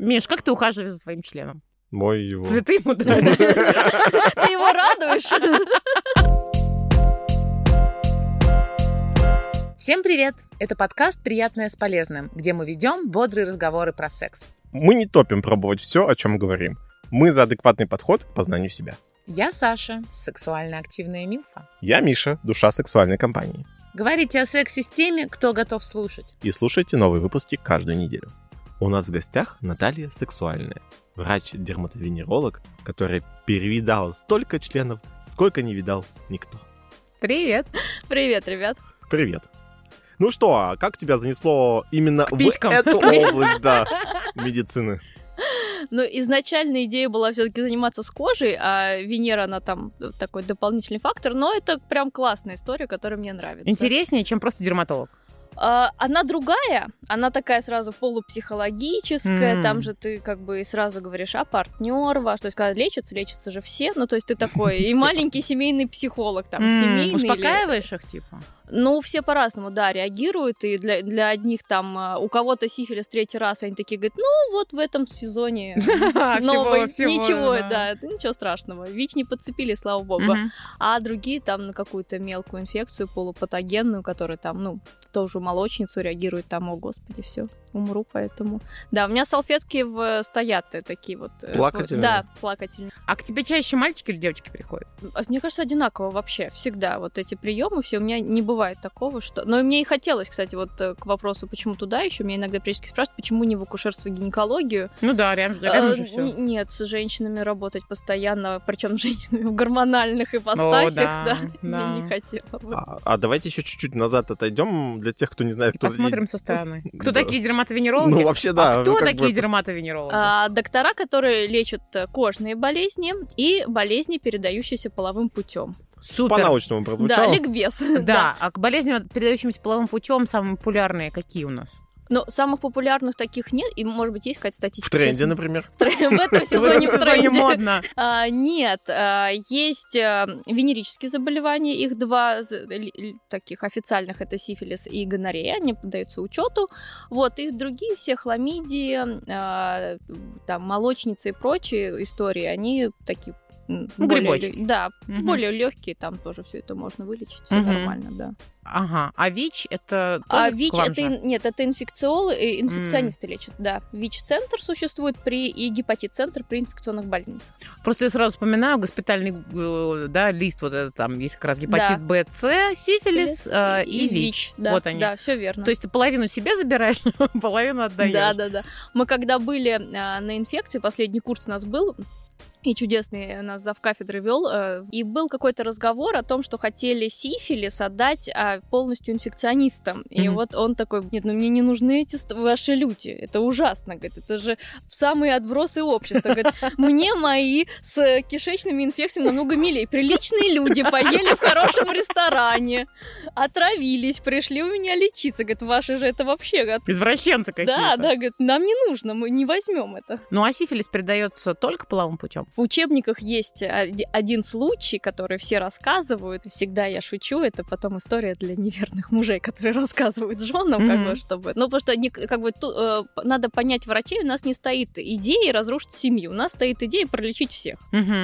Миш, как ты ухаживаешь за своим членом? Мой его. Цветы ему даришь? Ты его радуешь? Всем привет! Это подкаст «Приятное с полезным», где мы ведем бодрые разговоры про секс. Мы не топим пробовать все, о чем говорим. Мы за адекватный подход к познанию себя. Я Саша, сексуально активная милфа. Я Миша, душа сексуальной компании. Говорите о сексе с теми, кто готов слушать. И слушайте новые выпуски каждую неделю. У нас в гостях Наталья Сексуальная, врач-дерматовенеролог, который перевидал столько членов, сколько не видал никто. Привет. Привет, ребят. Привет. Ну что, а как тебя занесло именно в писькам. эту область да, медицины? Ну, изначально идея была все-таки заниматься с кожей, а Венера, она там э, такой дополнительный фактор, но это прям классная история, которая мне нравится. Интереснее, чем просто дерматолог. А, Она другая, она такая сразу полупсихологическая, М. там же ты как бы и сразу говоришь, а партнер ваш, то есть когда лечатся, лечатся же все, ну то есть ты такой и Все. маленький семейный психолог там, М, семейный. или- Успокаиваешь их, типа? Ну, все по-разному, да, реагируют, и для, для одних там, а, у кого-то сифилис третий раз, они такие говорят, ну вот в этом сезоне А, А, новый, ничего, да, это ничего страшного, ВИЧ не подцепили, слава богу, Мгм. а другие там на какую-то мелкую инфекцию полупатогенную, которая там, ну, тоже молочницу реагирует там, о господи, все, умру, поэтому. Да, у меня салфетки в... стоят э, такие вот. э, Плакательные? Да, плакательные. А к тебе чаще мальчики или девочки приходят? А Мне кажется, одинаково вообще, всегда вот эти приемы все, у меня не бывает такого, что... Но мне и хотелось, кстати, вот э, к вопросу, почему туда еще, меня иногда периодически спрашивают, почему не в акушерство и гинекологию, Ну да, рядом, рядом же Э, все. н- Нет, с женщинами работать постоянно, причем с женщинами в гормональных ипостасях, да, да, да. я не хотела бы. А, а давайте еще чуть-чуть назад отойдем для тех, кто не знает, кто... Посмотрим со стороны. Кто Да. такие Ну, дерматовенерологи? вообще, да. А кто ну, как бы такие дерматовенерологи? А, доктора, которые лечат э, кожные болезни и болезни, передающиеся половым путем. Супер. По-научному Ну, Да, прозвучало. ликбез. Да, а к болезням, передающимся половым путем, самые популярные какие у нас? Но самых популярных таких нет, и, может быть, есть какая-то статистика. В тренде, честно. например. В трен- В этом сезоне в тренде. модно. А, Нет, а, есть э, венерические заболевания, их два з- л- л- таких официальных, это сифилис и гонорея, они поддаются учету. Вот, и другие все хламидии, а, там, молочницы и прочие истории, они такие... м, Ну, более грибочки. лё- Да, Мгм. более легкие, там тоже все это можно вылечить, все Мгм. нормально, да. Ага, а ВИЧ это А тоже ВИЧ к вам это же? ин- нет, это инфекциолы, э, инфекционисты лечат, да. ВИЧ-центр существует при и гепатит-центр при инфекционных больницах. Просто я сразу вспоминаю госпитальный э, да, лист, вот это там есть как раз гепатит Да. Б, С, сифилис э, и, ВИЧ. да, вот они. Да, все верно. То есть ты половину себе забираешь, а половину отдаешь. Да, да, да. Мы когда были а, на инфекции, последний курс у нас был, и чудесный нас зав кафедры вел, э, и был какой-то разговор о том, что хотели сифилис отдать а, полностью инфекционистам. И Мгм. вот он такой, нет, ну мне не нужны эти ст- ваши люди, это ужасно, говорит, это же в самые отбросы общества. Говорит, мне мои с кишечными инфекциями намного милее. Приличные люди поели в хорошем ресторане, отравились, пришли у меня лечиться. Говорит, ваши же это вообще от Извращенцы какие-то. да, да, говорит, нам не нужно, мы не возьмем это. Ну а сифилис передается только половым путем. В учебниках есть оди- один случай, который все рассказывают. Всегда я шучу, это потом история для неверных мужей, которые рассказывают женам, как Мгм. бы, чтобы... Ну, потому что они, как бы, ту- э, п- надо понять врачей, у нас не стоит идеи разрушить семью, у нас стоит идея пролечить всех.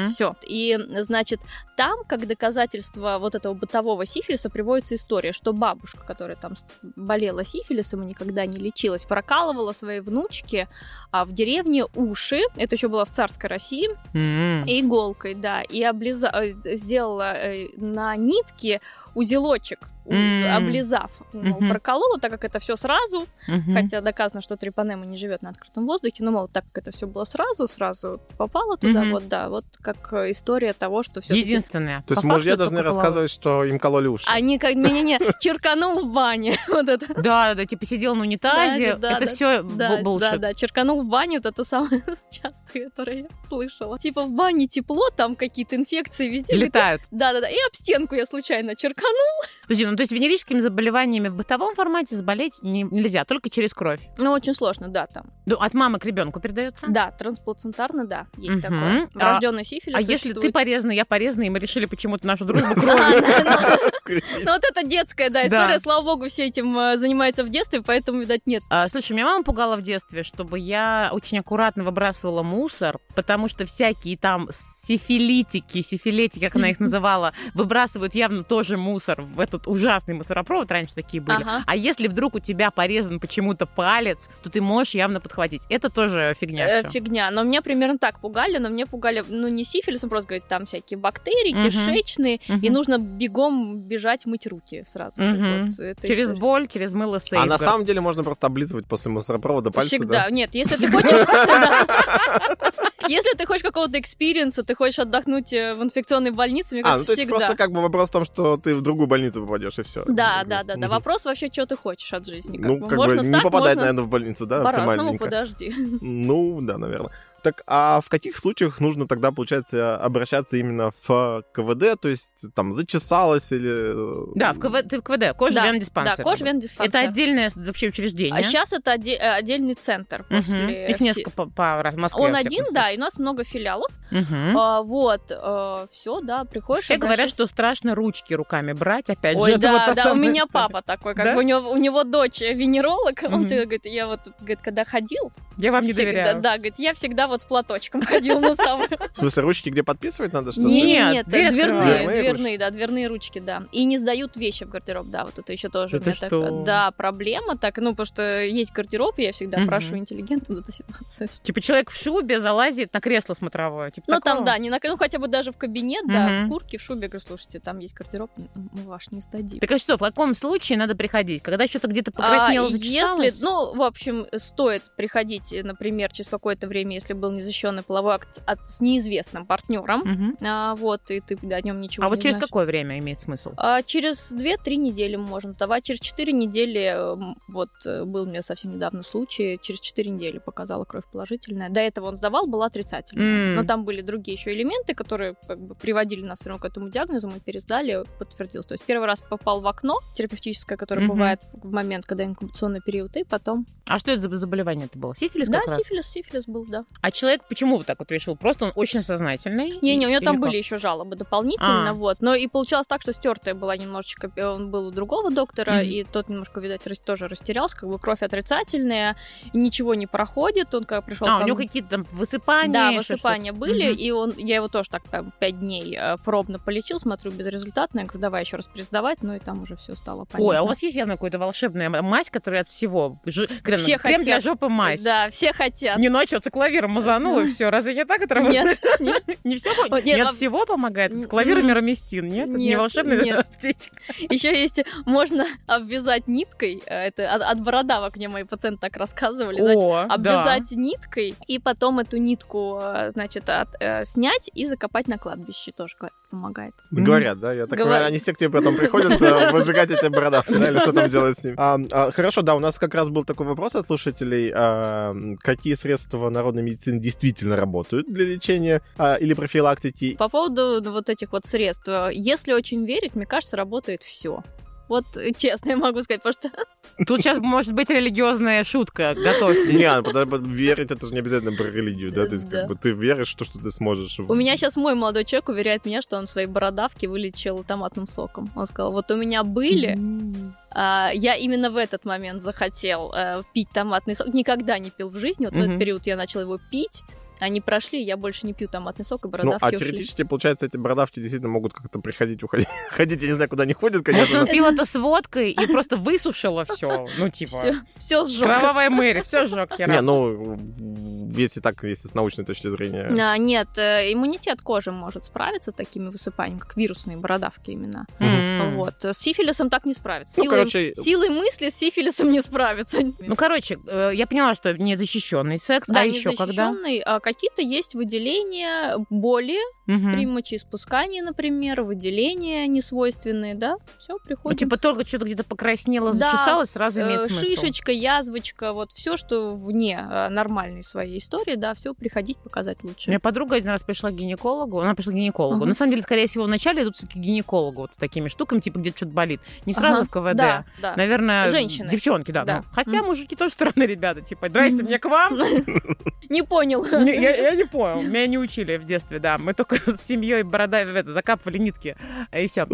Все. И, значит, там, как доказательство вот этого бытового сифилиса, приводится история, что бабушка, которая там с- болела сифилисом и никогда не лечилась, прокалывала своей внучке а, в деревне уши, это еще было в царской России, иголкой, да, и облиза... э, сделала э, на нитке узелочек, уз- М. облизав, мол, Мгм. проколола, так как это все сразу, Хотя... Хотя доказано, что трипанема не живет на открытом воздухе, но, мол, так как это все было сразу, сразу попало туда, Мгм. вот, да, вот как э, история того, что все Единственное. То есть По мужья факту должны только половым. рассказывать, что им кололи уши. Они как, не-не-не, черканул в бане, вот это. Да, да, да, типа сидел на унитазе. Да, да, это да. все Да, был да, да, черканул в бане, вот это самое часто. которые я слышала. Типа в бане тепло, там какие-то инфекции везде. Летают. Да-да-да, и об стенку я случайно черкану. Подожди, ну то есть венерическими заболеваниями в бытовом формате заболеть не- нельзя, а только через кровь. Ну, очень сложно, да, там. Ну, от мамы к ребенку передается? Да, трансплацентарно, да, есть Мгм. такое. А- Врожденный сифилис А если ты существует. порезанный, я порезанный, и мы решили почему-то нашу дружбу кровью. А, да, ну, Скрипит. Ну вот это детская, да, Э, Да. история, слава богу, все этим э, занимаются в детстве, поэтому, видать, нет. А, Слушай, меня мама пугала в детстве, чтобы я очень аккуратно выбрасывала мусор, потому что всякие там сифилитики, сифилетики, как она их называла, выбрасывают явно тоже мусор в этот ужасный мусоропровод. Раньше такие были. Ага. А если вдруг у тебя порезан почему-то палец, то ты можешь явно подхватить. Это тоже Э, фигня всё. Фигня. Но меня примерно так пугали, но мне пугали, ну, не сифилисом, просто, говорит, там всякие бактерии, Мгм. кишечные, и Мгм. нужно бегом бежать мыть руки сразу. же. Мгм. Вот это Через история. боль, через мыло А на Сейфгард. самом деле можно просто облизывать после мусоропровода пальцы. Всегда. да? А, Нет, если ты хочешь... Да. Если ты хочешь какого-то экспириенса, ты хочешь отдохнуть э, в инфекционной больнице, мне А, ну то кажется, есть просто всегда. как бы вопрос в том, что ты в другую больницу попадешь, и все. Да, да, да, да. Вопрос вообще, что ты хочешь от жизни. как Ну, бы. как Можно бы не так, попадать, можно наверное, в больницу, да, По-разному, оптимальненько. подожди. Ну, да, наверное. Так, а в каких случаях нужно тогда, получается, обращаться именно в КВД, то есть там зачесалось или... э, Да, в КВ... ты в КВД, кожа Да, вен диспансер. Да, кожвен диспансер. Это отдельное с- вообще учреждение. А сейчас это оде- э, отдельный центр. Мгм. после Их все- несколько по, по раз- Москве. Он во всяком один, да, и у нас много филиалов. случае. Мгм. А, вот, все, да, приходишь. Все говорят, обращаешься. что страшно ручки руками брать, опять Ой, же. это вот да, та да, у самая меня история. папа такой, как Да? бы у него, у него дочь э, венеролог, Мгм. он всегда говорит, я вот, говорит, когда ходил, Я вам не всегда- доверяю. да, говорит, я всегда вот с платочком ходил на самом В смысле, ручки где подписывать надо, что Не, ли? Нет, Нет, дверь дверные, открываешь. дверные, Дверные да, дверные ручки, да. И не сдают вещи в гардероб, да, вот это еще тоже. у Это меня так- что? да, проблема так, ну, потому что есть гардероб, я всегда Мгм. прошу интеллигентно эту ситуацию. Типа человек в шубе залазит на кресло смотровое. Типа Ну, такого. там, да, не на, ну, хотя бы даже в кабинет, да, Мгм. в куртке, в шубе, говорю, слушайте, там есть гардероб, м, мы ваш не сдадим. Так а что, в каком случае надо приходить? Когда что-то где-то А покраснело, если, зачесалось? ну, в общем, стоит приходить, э, например, через какое-то время, если был незащищенный половой акт от, с неизвестным партнером, Мгм. а, вот, и ты о нем ничего А не вот через знаешь. какое время имеет смысл? А, через 2-3 недели можно давать. Через 4 недели, эм, вот э, был у меня совсем недавно случай, через 4 недели показала кровь положительная. До этого он сдавал, была отрицательная. М. Но там были другие еще элементы, которые как бы, приводили нас всё равно к этому диагнозу, мы пересдали, подтвердилось. То есть первый раз попал в окно терапевтическое, которое Мгм. бывает в момент, когда инкубационный период, и потом... А что это за заболевание это было? Сифилис да, как раз? сифилис, сифилис был, да. А человек почему вот так вот решил? Просто он очень сознательный? Не-не, у него Или там как? были еще жалобы дополнительно, А. вот. Но и получалось так, что стертая была немножечко, э, он был у другого доктора, Мгм. и тот немножко, видать, рас- тоже растерялся, как бы кровь отрицательная, ничего не проходит, он как пришел А, у него какие-то там высыпания? да, еще что-то. высыпания были, Мгм. и он, я его тоже так там пять дней э, пробно полечил, смотрю, безрезультатно, я говорю, давай еще раз пересдавать, ну и там уже все стало понятно. Ой, а у вас есть явно какая-то волшебная м- мазь, которая от всего? Ж- Крем, Все крем для хотят. жопы мазь. Да, все хотят. Не ночью цикловиром мазанула и все. Разве не так это работает? Нет, нет, Не все О, помогает? нет, Не от а- всего помогает? М, Цикловир и м. мироместин, нет? Это не Нет, волшебный нет. Еще есть, можно обвязать ниткой, э, это от, от бородавок мне мои пациенты так рассказывали, значит, О, да. обвязать ниткой и потом эту нитку, э, значит, от- э, снять и закопать на кладбище тоже говорят, помогает. Говорят, да, я так Говорят. понимаю, они все к тебе потом приходят э, выжигать эти бородавки, да, или что там делать с ним. А, а, Хорошо, да, у нас как раз был такой вопрос от слушателей, а, м, какие средства народной медицины действительно работают для лечения а, или профилактики, По поводу ну, вот этих вот средств, э, если очень верить, мне кажется, работает все. Вот э, честно я могу сказать, потому что Тут сейчас может быть религиозная шутка. Готовьте. Не, а, подо- под- верить это же не обязательно про религию, да? То есть, Да. как бы ты веришь, что, что ты сможешь. у меня сейчас мой молодой человек уверяет меня, что он свои бородавки вылечил томатным соком. Он сказал, вот у меня были, а, я именно в этот момент захотел э, пить томатный сок. Никогда не пил в жизни, вот в Мгм. этот период я начал его пить, они прошли, я больше не пью томатный сок и Ну, бородавки а ушли. теоретически, получается, эти бородавки действительно могут как-то приходить, уходить. Ходить, я не знаю, куда они ходят, Может, Э, конечно. он пил это с водкой и просто высушила все. Ну, типа, Все, все сжёг. кровавая мэри, все сжег. Не, ну, если так, если с научной точки зрения. А, нет, э, иммунитет кожи может справиться с такими высыпаниями, как вирусные бородавки именно. Вот. С сифилисом так не справится. Ну, Силой короче, силой мысли с сифилисом не справиться. э, Ну, короче, э, я поняла, что незащищенный секс, а еще когда? незащищённый, а какие-то есть выделения боли Мгм. при мочеиспускании, например, выделения несвойственные, да? Все, Ну, приходит. типа только что-то где-то покраснело, Да, зачесалось, сразу имеет Э, смысл. Шишечка, язвочка, вот все, что вне э, нормальной своей истории, да, все приходить показать У лучше. меня подруга один раз пришла к гинекологу. Она пришла к гинекологу. Ага. На самом деле, скорее всего, вначале идут все-таки к гинекологу вот с такими штуками, типа где-то что-то болит. Не сразу Ага, в КВД. Да, да. Наверное, Женщины. девчонки, да. Да. ну. Хотя мужики тоже странные ребята. Типа, здрасте, Мгм. мне к вам. Не понял. Не, Я, я не понял. Меня не учили в детстве, да. Мы только с семьей борода в это, закапывали нитки. И все.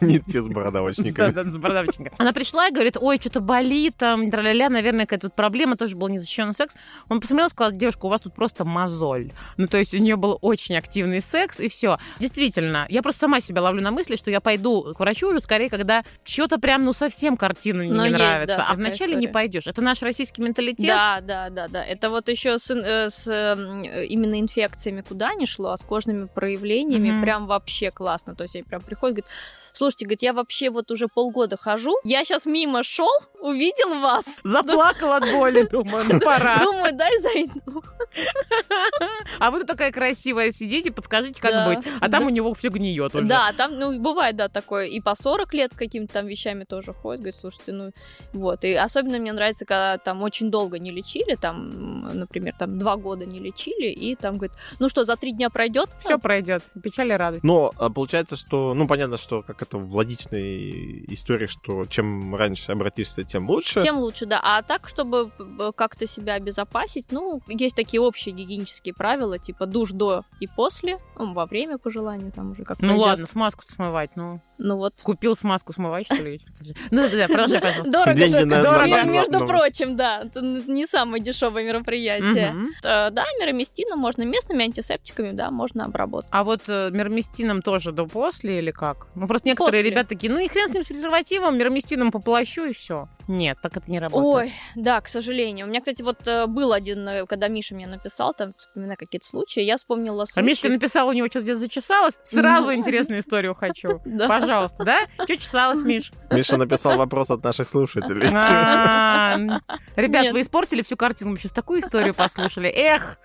Нитки с бородавочниками. Да, да, с бородавочником. Она пришла и говорит, ой, что-то болит, там, тра-ля-ля, наверное, какая-то вот проблема, тоже был незащищенный секс. Он посмотрел и сказал, девушка, у вас тут просто мозоль. Ну, то есть у нее был очень активный секс, и все. Действительно, я просто сама себя ловлю на мысли, что я пойду к врачу уже скорее, когда что-то прям, ну, совсем картина мне Но не есть, да, нравится. а такая вначале не история. пойдешь. Это наш российский менталитет. Да, да, да, да. Это вот еще с, ин- э, с, эм, э, именно инфекциями куда не шло, а с кожными проявлениями Мгм. прям вообще классно. То есть они прям приходят, говорят, слушайте, говорит, я вообще вот уже полгода хожу, я сейчас мимо шел, увидел вас, Заплакала от боли, думаю, ну пора. думаю, дай зайду. А вы тут такая красивая сидите, подскажите, как Да. быть. А там Да. у него все гниет уже. Да, там, ну, бывает, да, такое. И по 40 лет какими-то там вещами тоже ходят, говорят, слушайте, ну, вот. И особенно мне нравится, когда там очень долго не лечили, там, м, например, там два года не лечили, и там, говорит, ну что, за три дня пройдет? Все пройдет. Печаль и радость. Но а, получается, что, ну, понятно, что как это в логичной истории, что чем раньше обратишься, тем лучше. Тем лучше, да. А так, чтобы б- как-то себя обезопасить, ну, есть такие общие гигиенические правила, типа душ до и после, ну, во время по желанию там уже как Ну пойдёт. ладно, смазку смывать, ну. Ну вот. Купил смазку смывать, что ли? Ну да, да, продолжай, пожалуйста. Дорого Деньги же. на- на- Дорого, на- на- между на- прочим, да. Это н- не самое дешевое мероприятие. Мгм. Э, Да, мироместина можно местными антисептиками, да, можно обработать. А вот э, мермистином тоже до после или как? Ну просто некоторые После. ребята такие, ну и хрен с ним с презервативом, мермистином поплащу и все. Нет, так это не работает. Ой, да, к сожалению. У меня, кстати, вот э, был один, э, когда Миша мне написал, там, вспоминая какие-то случаи, я вспомнила случай. А Миша тебе написал, у него что-то где-то зачесалось. Сразу Ну. интересную историю хочу. Да. Пожалуйста, да? Что чесалось, Миш? Миша написал вопрос от наших слушателей. А, м. Ребят, Нет. вы испортили всю картину, мы сейчас такую историю послушали. Эх!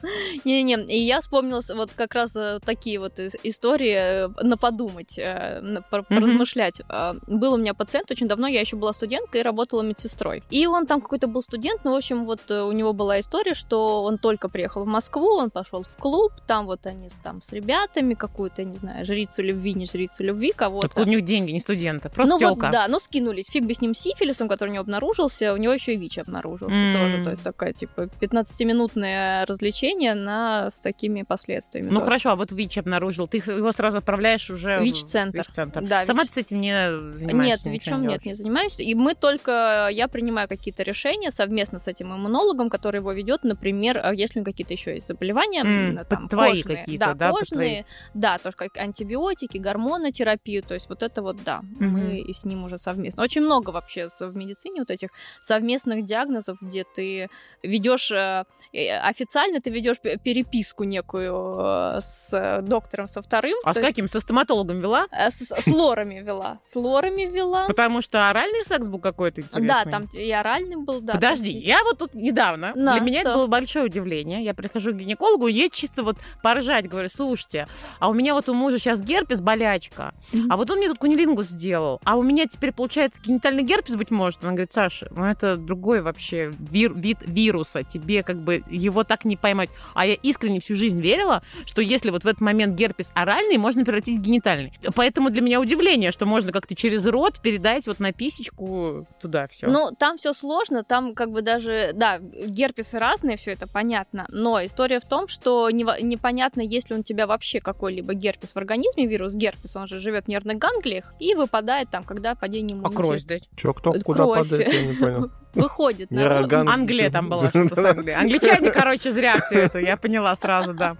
Не-не, и я вспомнила с- вот как раз э, такие вот ис- истории э, на подумать, э, на пор- Мгм. поразмышлять. Э, Был у меня пациент очень давно, я еще была студенткой и работала медсестрой. И он там какой-то был студент, ну, в общем, вот э, у него была история, что он только приехал в Москву, он пошел в клуб, там вот они с- там с ребятами какую-то, не знаю, жрицу любви, не жрицу любви, кого-то. Откуда у них деньги, не студента? Просто ну телка. вот, да, ну скинулись. Фиг бы с ним сифилисом, который у него обнаружился, у него еще и ВИЧ обнаружился М. тоже. То есть такая, типа, 15-минутное развлечение на... с такими последствиями. Ну тоже. хорошо, а вот ВИЧ обнаружил, ты его сразу отправляешь уже в ВИЧ-центр. ВИЧ-центр. Да, Сама ВИЧ. ты с этим не Нет, занимаешься? ничего ВИЧом нет, не делаешь? занимаюсь. И мы только, я принимаю какие-то решения совместно с этим иммунологом, который его ведет, например, а если у него какие-то еще есть заболевания, М, м, там, под твои кожные, какие-то, да, да, под кожные, да, тоже как антибиотики, гормонотерапию, то есть вот это вот, да, Мгм. мы и с ним уже совместно. Очень много вообще с- в медицине вот этих совместных диагнозов, где ты ведешь э, э, официально ты ведешь п- переписку некую э, с э, доктором со вторым, А то с есть, каким? Со стоматологом вела? э, с, с лорами вела, с лорами вела. Потому что оральный секс был какой-то интересный. Да, там и оральный был, да. Подожди, там- я вот тут недавно, Да, для меня это что? было большое удивление. Я прихожу к гинекологу, и я чисто вот поржать говорю, слушайте, а у меня вот у мужа сейчас герпес, болячка, Мгм. а вот он мне тут кунилингу сделал, а у меня теперь, получается, генитальный герпес, быть может. Она говорит, Саша, ну это другой вообще вир- вид вируса, тебе как бы его так не поймать. А я искренне всю жизнь верила, что если вот в этот момент герпес оральный, можно превратить в генитальный. Поэтому для меня удивление, что можно как-то через рот передать вот на писечку туда все. Ну, там все сложно, там как бы даже, да, герпесы разные, все это понятно, но история в том, что нева- непонятно, есть ли у тебя вообще какой-либо герпес в организме, вирус герпес, он же живет в нервных ганглиях и выпадает там, когда падение а кровь иммунитета. дать? Че, кто Кровь. куда падает, я не понял. Выходит. на- Нейроган- Англия там была что-то с Англией. Англичане, короче, зря все это, я поняла сразу, да.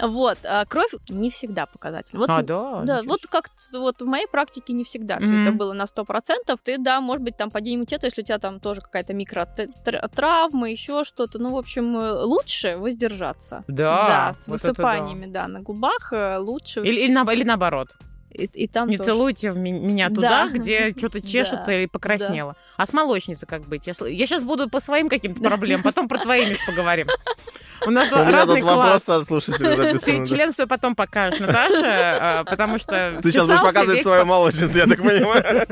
Вот, а кровь не всегда показатель. Вот А, да? Да, ничего вот как вот в моей практике не всегда всё Мгм. это было на 100%. Ты, да, может быть, там падение иммунитета, если у тебя там тоже какая-то микротравма, еще что-то. Ну, в общем, э, лучше воздержаться. себе. Да, с вот это да. высыпаниями, да. на губах э, лучше. Или, или на- или наоборот. И, и там Не тоже. целуйте в ми- меня Да. туда, где что-то чешется Да, или покраснело. А с молочницей как быть? Я, сейчас буду по своим каким-то проблемам, потом про твои, Миш, поговорим. У нас У меня разный тут класс. вопрос от слушателей Ты записан. да. член свой потом покажешь, Наташа, а, потому что... Ты сейчас будешь вписался показывать весь свою молочницу, я так понимаю.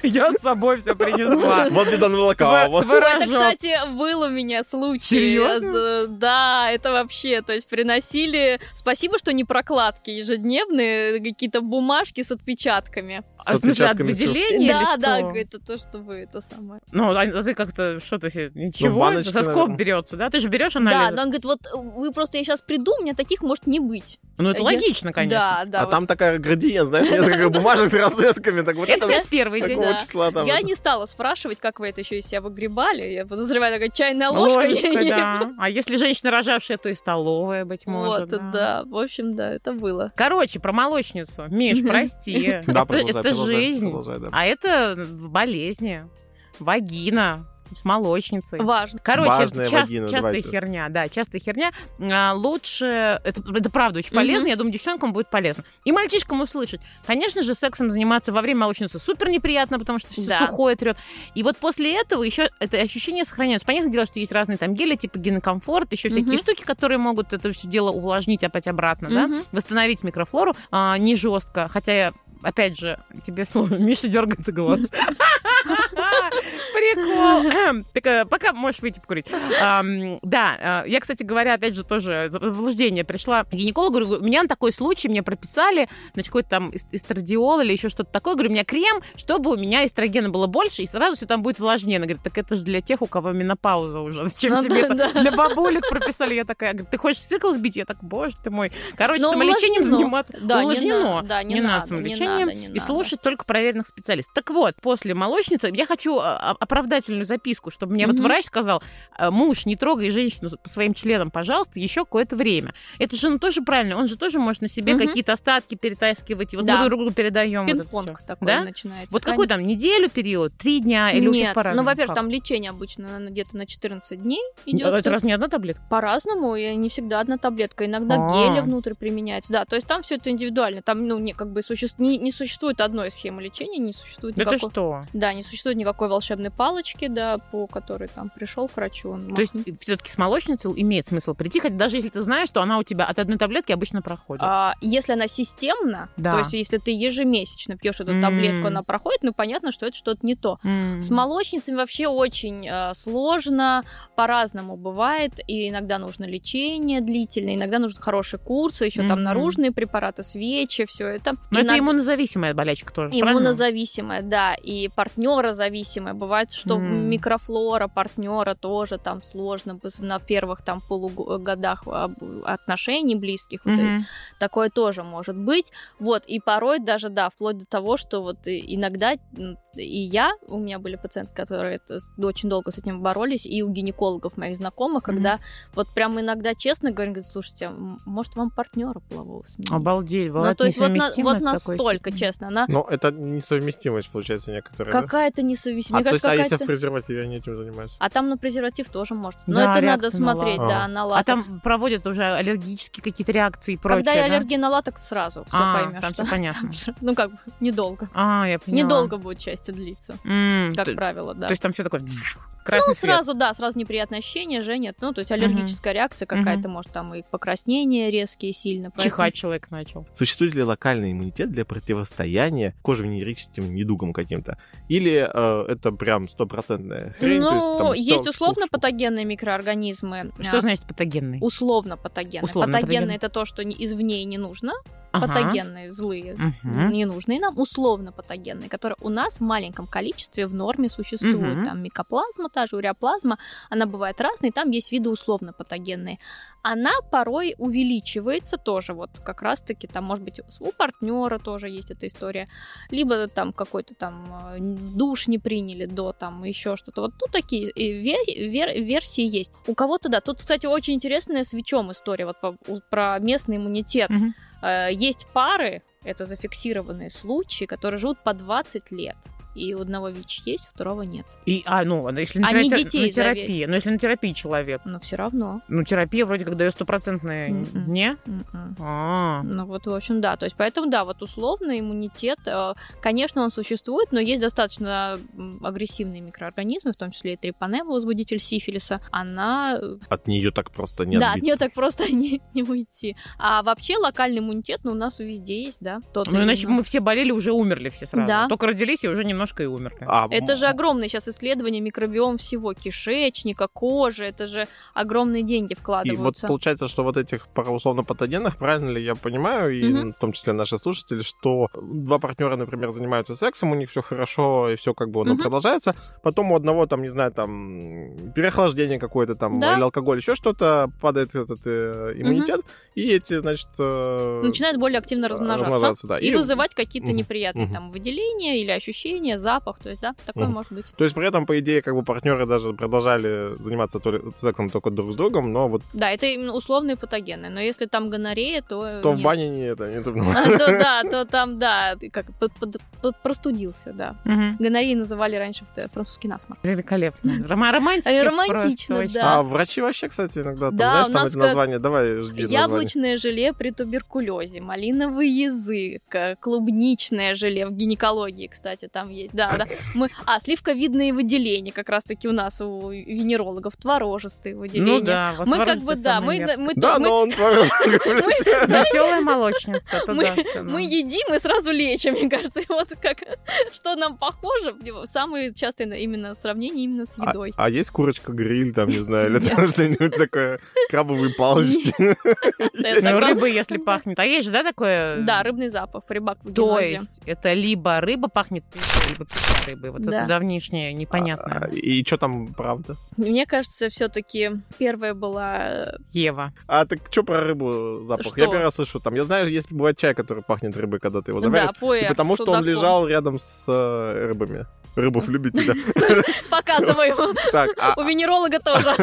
по- Я с собой все принесла. Вот беда молока. Тво- вот. Ой, это, Творожок. кстати, был у меня случай. Серьезно? Э, Да, это вообще, то есть приносили... Спасибо, что не прокладки ежедневные, э, какие-то бумажки с отпечатками. А В смысле, от отпечатками чувств. выделения или да, что? да, это то, что вы, это самое. Ну, а а ты как-то, что ты себе, ничего, баночке, за скоб наверное. берется, да? Ты же берешь Да, анализы. но он говорит, вот э, вы просто, я сейчас приду, у меня таких может не быть. Ну, это я- логично, конечно. Да, да. А вот. там такая градиент, знаешь, несколько бумажек с расцветками. Так вот Это это вот в первый день. такого да. числа там. Я вот. не стала спрашивать, как вы это еще из себя выгребали. Я подозреваю, такая чайная ложка. Ложечка, не- да. А если женщина рожавшая, то и столовая, быть может. Вот, да. В общем, да, это было. Короче, про молочницу. Миш, прости. Да, Это- продолжай, Это продолжай, жизнь. продолжай, да. А это болезни. Вагина с молочницей. Важно. Короче, Важная это част- вагина, частая давайте. херня, да, частая херня. А, лучше, это, это правда очень Мгм. полезно, я думаю, девчонкам будет полезно. И мальчишкам услышать. Конечно же, сексом заниматься во время молочницы супер неприятно, потому что все Да. сухое трет. И вот после этого еще это ощущение сохраняется. Понятное дело, что есть разные там гели, типа гинокомфорт, еще всякие Мгм. штуки, которые могут это все дело увлажнить опять обратно, да, Мгм. восстановить микрофлору а, не жестко. Хотя я Опять же, тебе слово. Миша дергается голос. Прикол. Так, э, пока можешь выйти покурить. Ам, Да, э, я, кстати говоря, опять же, тоже за- заблуждение пришла к гинекологу. Говорю, у меня на такой случай, мне прописали, значит, какой-то там эс- эстрадиол или еще что-то такое. Говорю, у меня крем, чтобы у меня эстрогена было больше, и сразу все там будет влажнее. Она говорит, так это же для тех, у кого менопауза уже. Зачем Ну тебе да, это? да. Для бабулек прописали. Я такая, говорит, ты хочешь цикл сбить? Я так, боже ты мой. Короче, Но самолечением увлажнено. заниматься. Ну, Да, не Увлажнено. на- да, не надо надо, не самолечением. надо, не И надо. слушать только проверенных специалистов. Так вот, после молочницы я хочу а, а, оправдательную записку, чтобы мне вот Мгм. врач сказал, «Э, муж, не трогай женщину по своим членам, пожалуйста, еще какое-то время. Это же ну, тоже правильно, он же тоже может на себе Мгм. какие-то остатки перетаскивать. И вот Да. мы друг другу передаем вот это всё. Пинг-понг такой Да? начинается. Вот какой конечно. там, неделю период, три дня или у всех Нет, по-разному? ну, во-первых, там лечение обычно наверное, где-то на 14 дней Идет идет. А это раз не одна таблетка? По-разному, и не всегда одна таблетка, иногда А. гели внутрь применяется. Да, то есть там все это индивидуально. Там, ну, не, как бы суще- не, не существует одной схемы лечения, не существует Да ты никакой. что? Да, не существует никакой волшебной палочки, да, по которой там пришел к врачу. он То есть махнул. все-таки с молочницей имеет смысл прийти, хоть даже если ты знаешь, что она у тебя от одной таблетки обычно проходит. А, если она системна, Да. то есть если ты ежемесячно пьешь эту М. таблетку, она проходит, ну понятно, что это что-то не то. М. С молочницами вообще очень э, сложно, по-разному бывает, и иногда нужно лечение длительное, иногда нужны хорошие курсы, еще там Мгм. наружные препараты, свечи, все это. Но Иногда- это иммунозависимая болячка тоже, правильно? Иммунозависимая, да, и партнерозависимая. Бывает, что М. микрофлора партнера тоже там сложно б- на первых там полугодах отношений близких. вот Мгм. такое тоже может быть. Вот, и порой даже, да, вплоть до того, что вот и- иногда м, и я, у меня были пациенты, которые это- очень долго с этим боролись, и у гинекологов моих знакомых, когда вот прям иногда честно говорят, говорят, слушайте, м, может, вам партнера полового сменить? А Обалдеть, Ну, была то есть вот, на- вот настолько, честно, она Но это несовместимость, получается, некоторая. да? какая-то несовместимая. А Мне то есть, кажется, а если в какая-то- презервативе они этим занимаются? А там на презерватив тоже может. Но Да, это надо реакция на смотреть, латекс. да, на А латекс. там проводят уже аллергические какие-то реакции и прочее, Когда да? аллергия на латекс, сразу все А, поймешь. там все понятно. Ну, как бы, недолго. А, я поняла. Недолго будет счастье длиться, М, как то, правило, да. то есть там все такое «дзз», красный ну, свет. сразу, да, сразу неприятное ощущение, женят. Ну, то есть аллергическая реакция какая-то, может, там и покраснение резкие сильно. поэтому- Чихать человек начал. Существует ли локальный иммунитет для противостояния кожевенерическим недугам каким-то? Или э, это прям стопроцентная хрень? Ну, то есть, там всё есть условно штук-штук. патогенные микроорганизмы. Что а, значит патогенный? Условно патогенные. Условно патогенные патогенные. это то, что не- извне и не нужно. Ага. Патогенные, злые, Мгм. ненужные нам, условно патогенные, которые у нас в маленьком количестве в норме существуют. Мгм. Там микоплазма, та же уреоплазма, она бывает разной, там есть виды условно патогенные. Она порой увеличивается тоже, вот как раз-таки там, может быть, у партнера тоже есть эта история, либо там какой-то там э, душ не приняли до там еще что-то. Вот тут такие э, ве- вер- версии есть. У кого-то да. Тут, кстати, очень интересная с Вичом история вот по- у- про местный иммунитет. Мгм. Э, Есть пары, это зафиксированные случаи, которые живут по 20 лет. и у одного ВИЧ есть, у второго нет. И, а, ну, ладно, если Они на, терапи- детей на терапии, ну, если на терапии человек, Но все равно. ну, терапия вроде как дает стопроцентное Мгм. не. М-м. А, Ну вот, в общем, да. То есть, поэтому, да, вот условно иммунитет, э, конечно, он существует, но есть достаточно м, агрессивные микроорганизмы, в том числе и трипанема, возбудитель сифилиса. Она... э, От нее так просто не да, от отбиться. нее так просто не, не уйти. А вообще локальный иммунитет, ну, у нас у везде есть, да. тот ну, или иначе бы иной. мы все болели, уже умерли все сразу. Да. Только родились и уже немножко и умерли. А, Это м- же огромное сейчас исследование микробиом всего, кишечника, кожи, это же огромные деньги И вот вкладываются. получается, что вот этих пара- условно патогенных, правильно ли я понимаю, и Мгм. в том числе наши слушатели, что два партнера, например, занимаются сексом, у них все хорошо, и все как бы оно Мгм. продолжается. Потом у одного там, не знаю, там переохлаждение какое-то там, Да. или алкоголь, еще что-то, падает этот э, иммунитет, и эти, значит, э, Начинает более активно размножаться, размножаться, да. и, И- вызывать какие-то Мгм. неприятные Мгм. там выделения или ощущения, запах, то есть, да, такое Мгм. может быть. То есть при этом, по идее, как бы партнеры даже продолжали заниматься то ли- сексом только друг с другом, но вот Да, это именно условные патогены, но если там гонорея, то... э, то в нет. бане не это, не А, То да, то там, да, ты как под- под- под- простудился, да. Мгм. Гонореи называли раньше э, французский насморк. Великолепно. Рома- Романтики Э, просто романтично, вообще. Да. А врачи вообще, кстати, иногда там, Да, знаешь, у там нас эти как названия, давай, жги название. Яблочное желе при туберкулезе, малиновый язык, э, клубничное желе в гинекологии, кстати, там есть. Да, да. Мы... А, сливковидные выделения как раз-таки у нас у венерологов, творожистые выделения. Ну да, вот Мы как творожица бы, да, самая мы, мерзкая. мы, Да, мы, но он мы- да, Веселая молочница, туда Мы- всё, ну. да. ну. Мы едим и сразу лечим, мне кажется. И вот как, что нам похоже, самые частые на- именно сравнения именно с А, едой. а есть курочка-гриль там, не знаю, или там что-нибудь такое, крабовые палочки. Да, Ну, согласна. рыбы, если пахнет. А есть же, да, э, такое? Да, рыбный запах при То баквагенозе. есть это либо рыба пахнет, пи***, либо пи***, рыбы. Вот Да. это давнишнее, непонятное. А, И что там правда? Мне кажется, все-таки первая была... э, Ева. А так что про рыбу запах? Что? Я первый раз слышу. Там, я знаю, есть бывает чай, который пахнет рыбой, когда ты его Да, завариваешь. И поэ. потому что он судаком. лежал рядом с э, рыбами. Рыбов любителя. Показываю. Так, а- У венеролога тоже.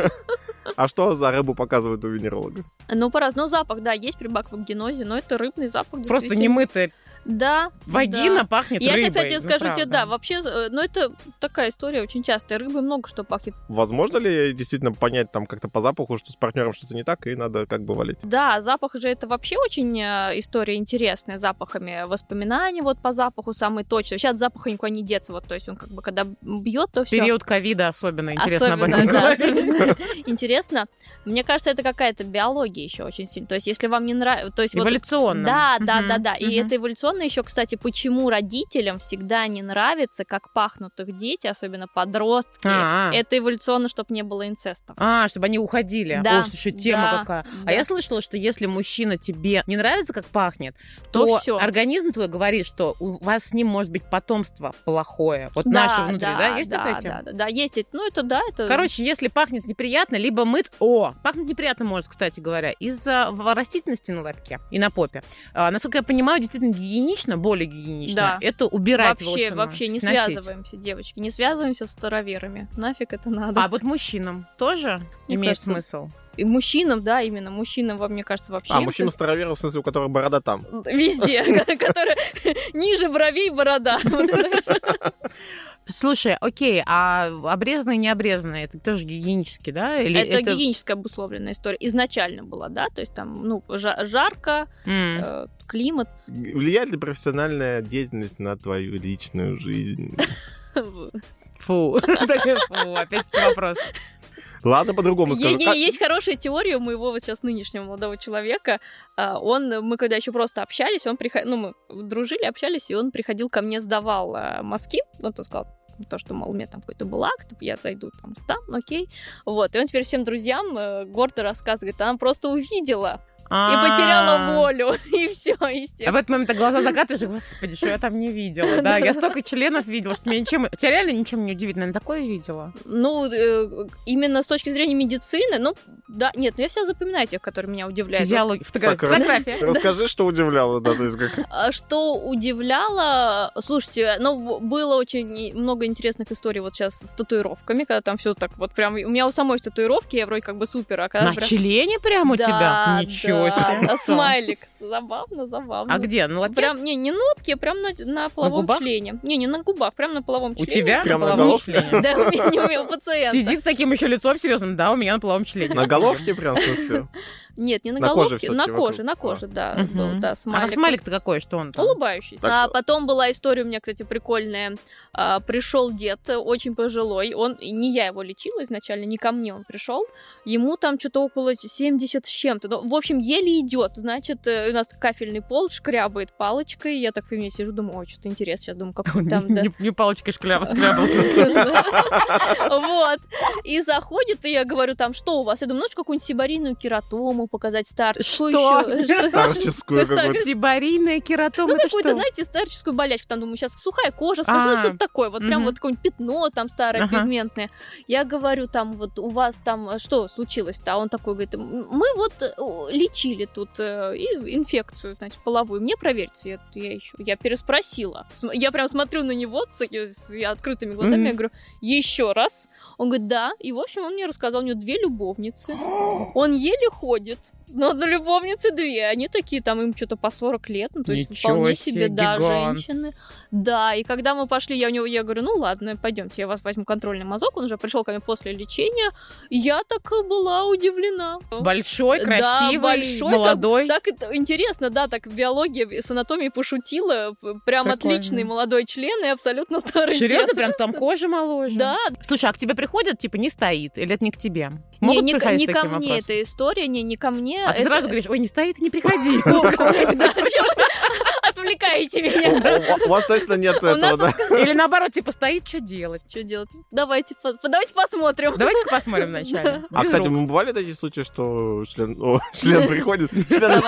а что за рыбу показывают у венеролога? Ну, по разному запах, да, есть при баквагенозе, но это рыбный запах. Просто действительно. немытая Да. да. вагина пахнет Я рыбой. сейчас, кстати, ну, скажу тебе, правда. да, вообще, э, ну это такая история очень частая. Рыбы много что пахнет. Возможно ли действительно понять там как-то по запаху, что с партнером что-то не так, и надо как бы валить? Да, запах же это вообще очень э, история интересная с запахами. Воспоминания вот по запаху самые точные. Сейчас запаха никуда не деться. Вот, то есть он как бы когда бьет, то все. Период ковида особенно интересно об Особенно, этом да, говорить. особенно Интересно. Мне кажется, это какая-то биология еще очень сильно. То есть, если вам не нравится... То есть, вот- Эволюционно. Да, да, Мгм, да, да. И мгм. это эволюционно еще, кстати, почему родителям всегда не нравится, как пахнут их дети, особенно подростки. А, а. Это эволюционно, чтобы не было инцестов. А, чтобы они уходили. Да, О, слушай, тема да, какая. да. А я слышала, что если мужчина тебе не нравится, как пахнет, то, То всё. организм твой говорит, что у вас с ним может быть потомство плохое. Вот Да, наше внутри, да? Есть такая тема? Да, да, да, есть. эти- Ну, это да, это... Короче, если пахнет неприятно, либо мыть... О, пахнет неприятно может, кстати говоря, из-за в- растительности на лобке и на попе. А, насколько я понимаю, действительно гигиенично, более гигиенично. Да. Это убирать вообще, волосяно, вообще не сносить. связываемся, девочки, не связываемся с староверами. Нафиг это надо. А вот мужчинам тоже Мне имеет кажется, смысл? И мужчинам, да, именно мужчинам, во- мне кажется, вообще. А, мужчина староверов, в смысле, у которого борода там. Везде, которые ниже бровей борода. Вот это всё. Слушай, окей, а обрезанные и необрезанные, это тоже гигиенически, да? Или Это гигиеническая обусловленная история. Изначально была, да, то есть там, ну, жа- жарко, М. э, климат, Г- Влияет ли профессиональная деятельность на твою личную жизнь? Фу. Да я- Фу, опять этот вопрос. Ладно, по-другому Е- скажу. не- Как- Есть хорошая теория у моего вот сейчас нынешнего молодого человека. А, Он, мы когда еще просто общались, он приходил, ну, мы дружили, общались, и он приходил ко мне, сдавал а, мазки. Вот он сказал, то, что, мол, у меня там какой-то был акт, я зайду там сдам, окей. Вот, и он теперь всем друзьям э, гордо рассказывает, она просто увидела и потеряла волю, и все, и с А тех в этот момент ты глаза закатываешь, и, господи, что я там не видела, да? Я столько членов видела, что меня ничем... Тебя реально ничем не удивит, наверное, такое видела. Ну, э, именно с точки зрения медицины, ну, да, нет, ну я всегда запоминаю тех, которые меня удивляют. Физиология, фотография. Так, раз- фотография. Расскажи, что удивляло, да, то есть как... А Что удивляло, слушайте, ну, б- было очень и- много интересных историй вот сейчас с татуировками, когда там все так вот прям, у меня у самой есть татуировки, я вроде как бы супер, а когда На прям- члене прям у Да, тебя? да, Ничего Ничего себе. А смайлик. Забавно, забавно. А где? Ну, лапки? Прям, не, не на лобке, а прям на, на половом губах? члене. Не, не на губах, прям на половом У члене. тебя Прямо на на половом головке? члене. Да, у меня- у меня у пациента. Сидит с таким еще лицом серьезным. Да, у меня на половом А члене. На головке прям, в смысле? Нет, не на, На коже головке, всё-таки на вокруг. А. коже, на коже, да, Мгм. был, да, А как смайлик. смайлик-то какой, что он там? Улыбающийся. Так. А потом была история у меня, кстати, прикольная. А, пришел дед, э, очень пожилой. Он, и не я его лечила изначально, не ко мне он пришел. Ему там что-то около 70 с чем-то. Ну, в общем, еле идет. Значит, э, у нас кафельный пол шкрябает палочкой. Я так по мне сижу, думаю, ой, что-то интересно. Сейчас думаю, какой там, да. Не не палочкой шкляба, шкляба. Вот. И заходит, и я говорю, там, что у вас? Я думаю, ну, какую-нибудь сибарийную кератому показать старческую. Что? ещё, что- Старческую Старческую. какую-то. Сибарийная кератома, Ну, это какую-то, что? знаете, старческую болячку. Там, думаю, сейчас сухая кожа, А. скажу, ну, что-то такое. Вот прям Мгм. вот какое-нибудь пятно там старое, Ага. пигментное. Я говорю, там, вот у вас там э, что случилось-то? А он такой говорит, «М, мы вот э, о, лечили тут э, и- инфекцию, значит, половую. Мне проверьте. Я, я еще, я переспросила. См- Я прям смотрю на него с, с открытыми глазами, Мгм. я говорю, еще раз. Он говорит, да. И, в общем, он мне рассказал, у него две любовницы. Он еле ходит. Но на любовницы две. Они такие, там им что-то по 40 лет. Ну, то есть Ничего вполне себе, себе, да, гигант. женщины. Да, и когда мы пошли, я у него, я говорю, ну ладно, пойдемте, я вас возьму контрольный мазок. Он уже пришел ко мне после лечения. Я так была удивлена. Большой, Да, красивый, большой, как- молодой. Так это интересно, да, так биология с анатомией пошутила. П- Прям Прикольно. отличный молодой член и абсолютно старый Серьезно, дед. прям там кожа моложе. Да, Слушай, а к тебе приходят, типа, не стоит, или это не к тебе? не, Могут не, ко- приходить не с ко таким мне вопросом? эта история, не, не ко мне. А ты Это- сразу говоришь, ой, не стоит и не приходи. Да, чё вы отвлекаете У- меня. у- У вас точно нет У нас этого, да? Или наоборот, типа, стоит, что делать? Что делать? Давайте, по- давайте посмотрим. Давайте-ка посмотрим вначале. А, Без кстати, рук. мы бывали такие случаи, что член, о, член приходит, член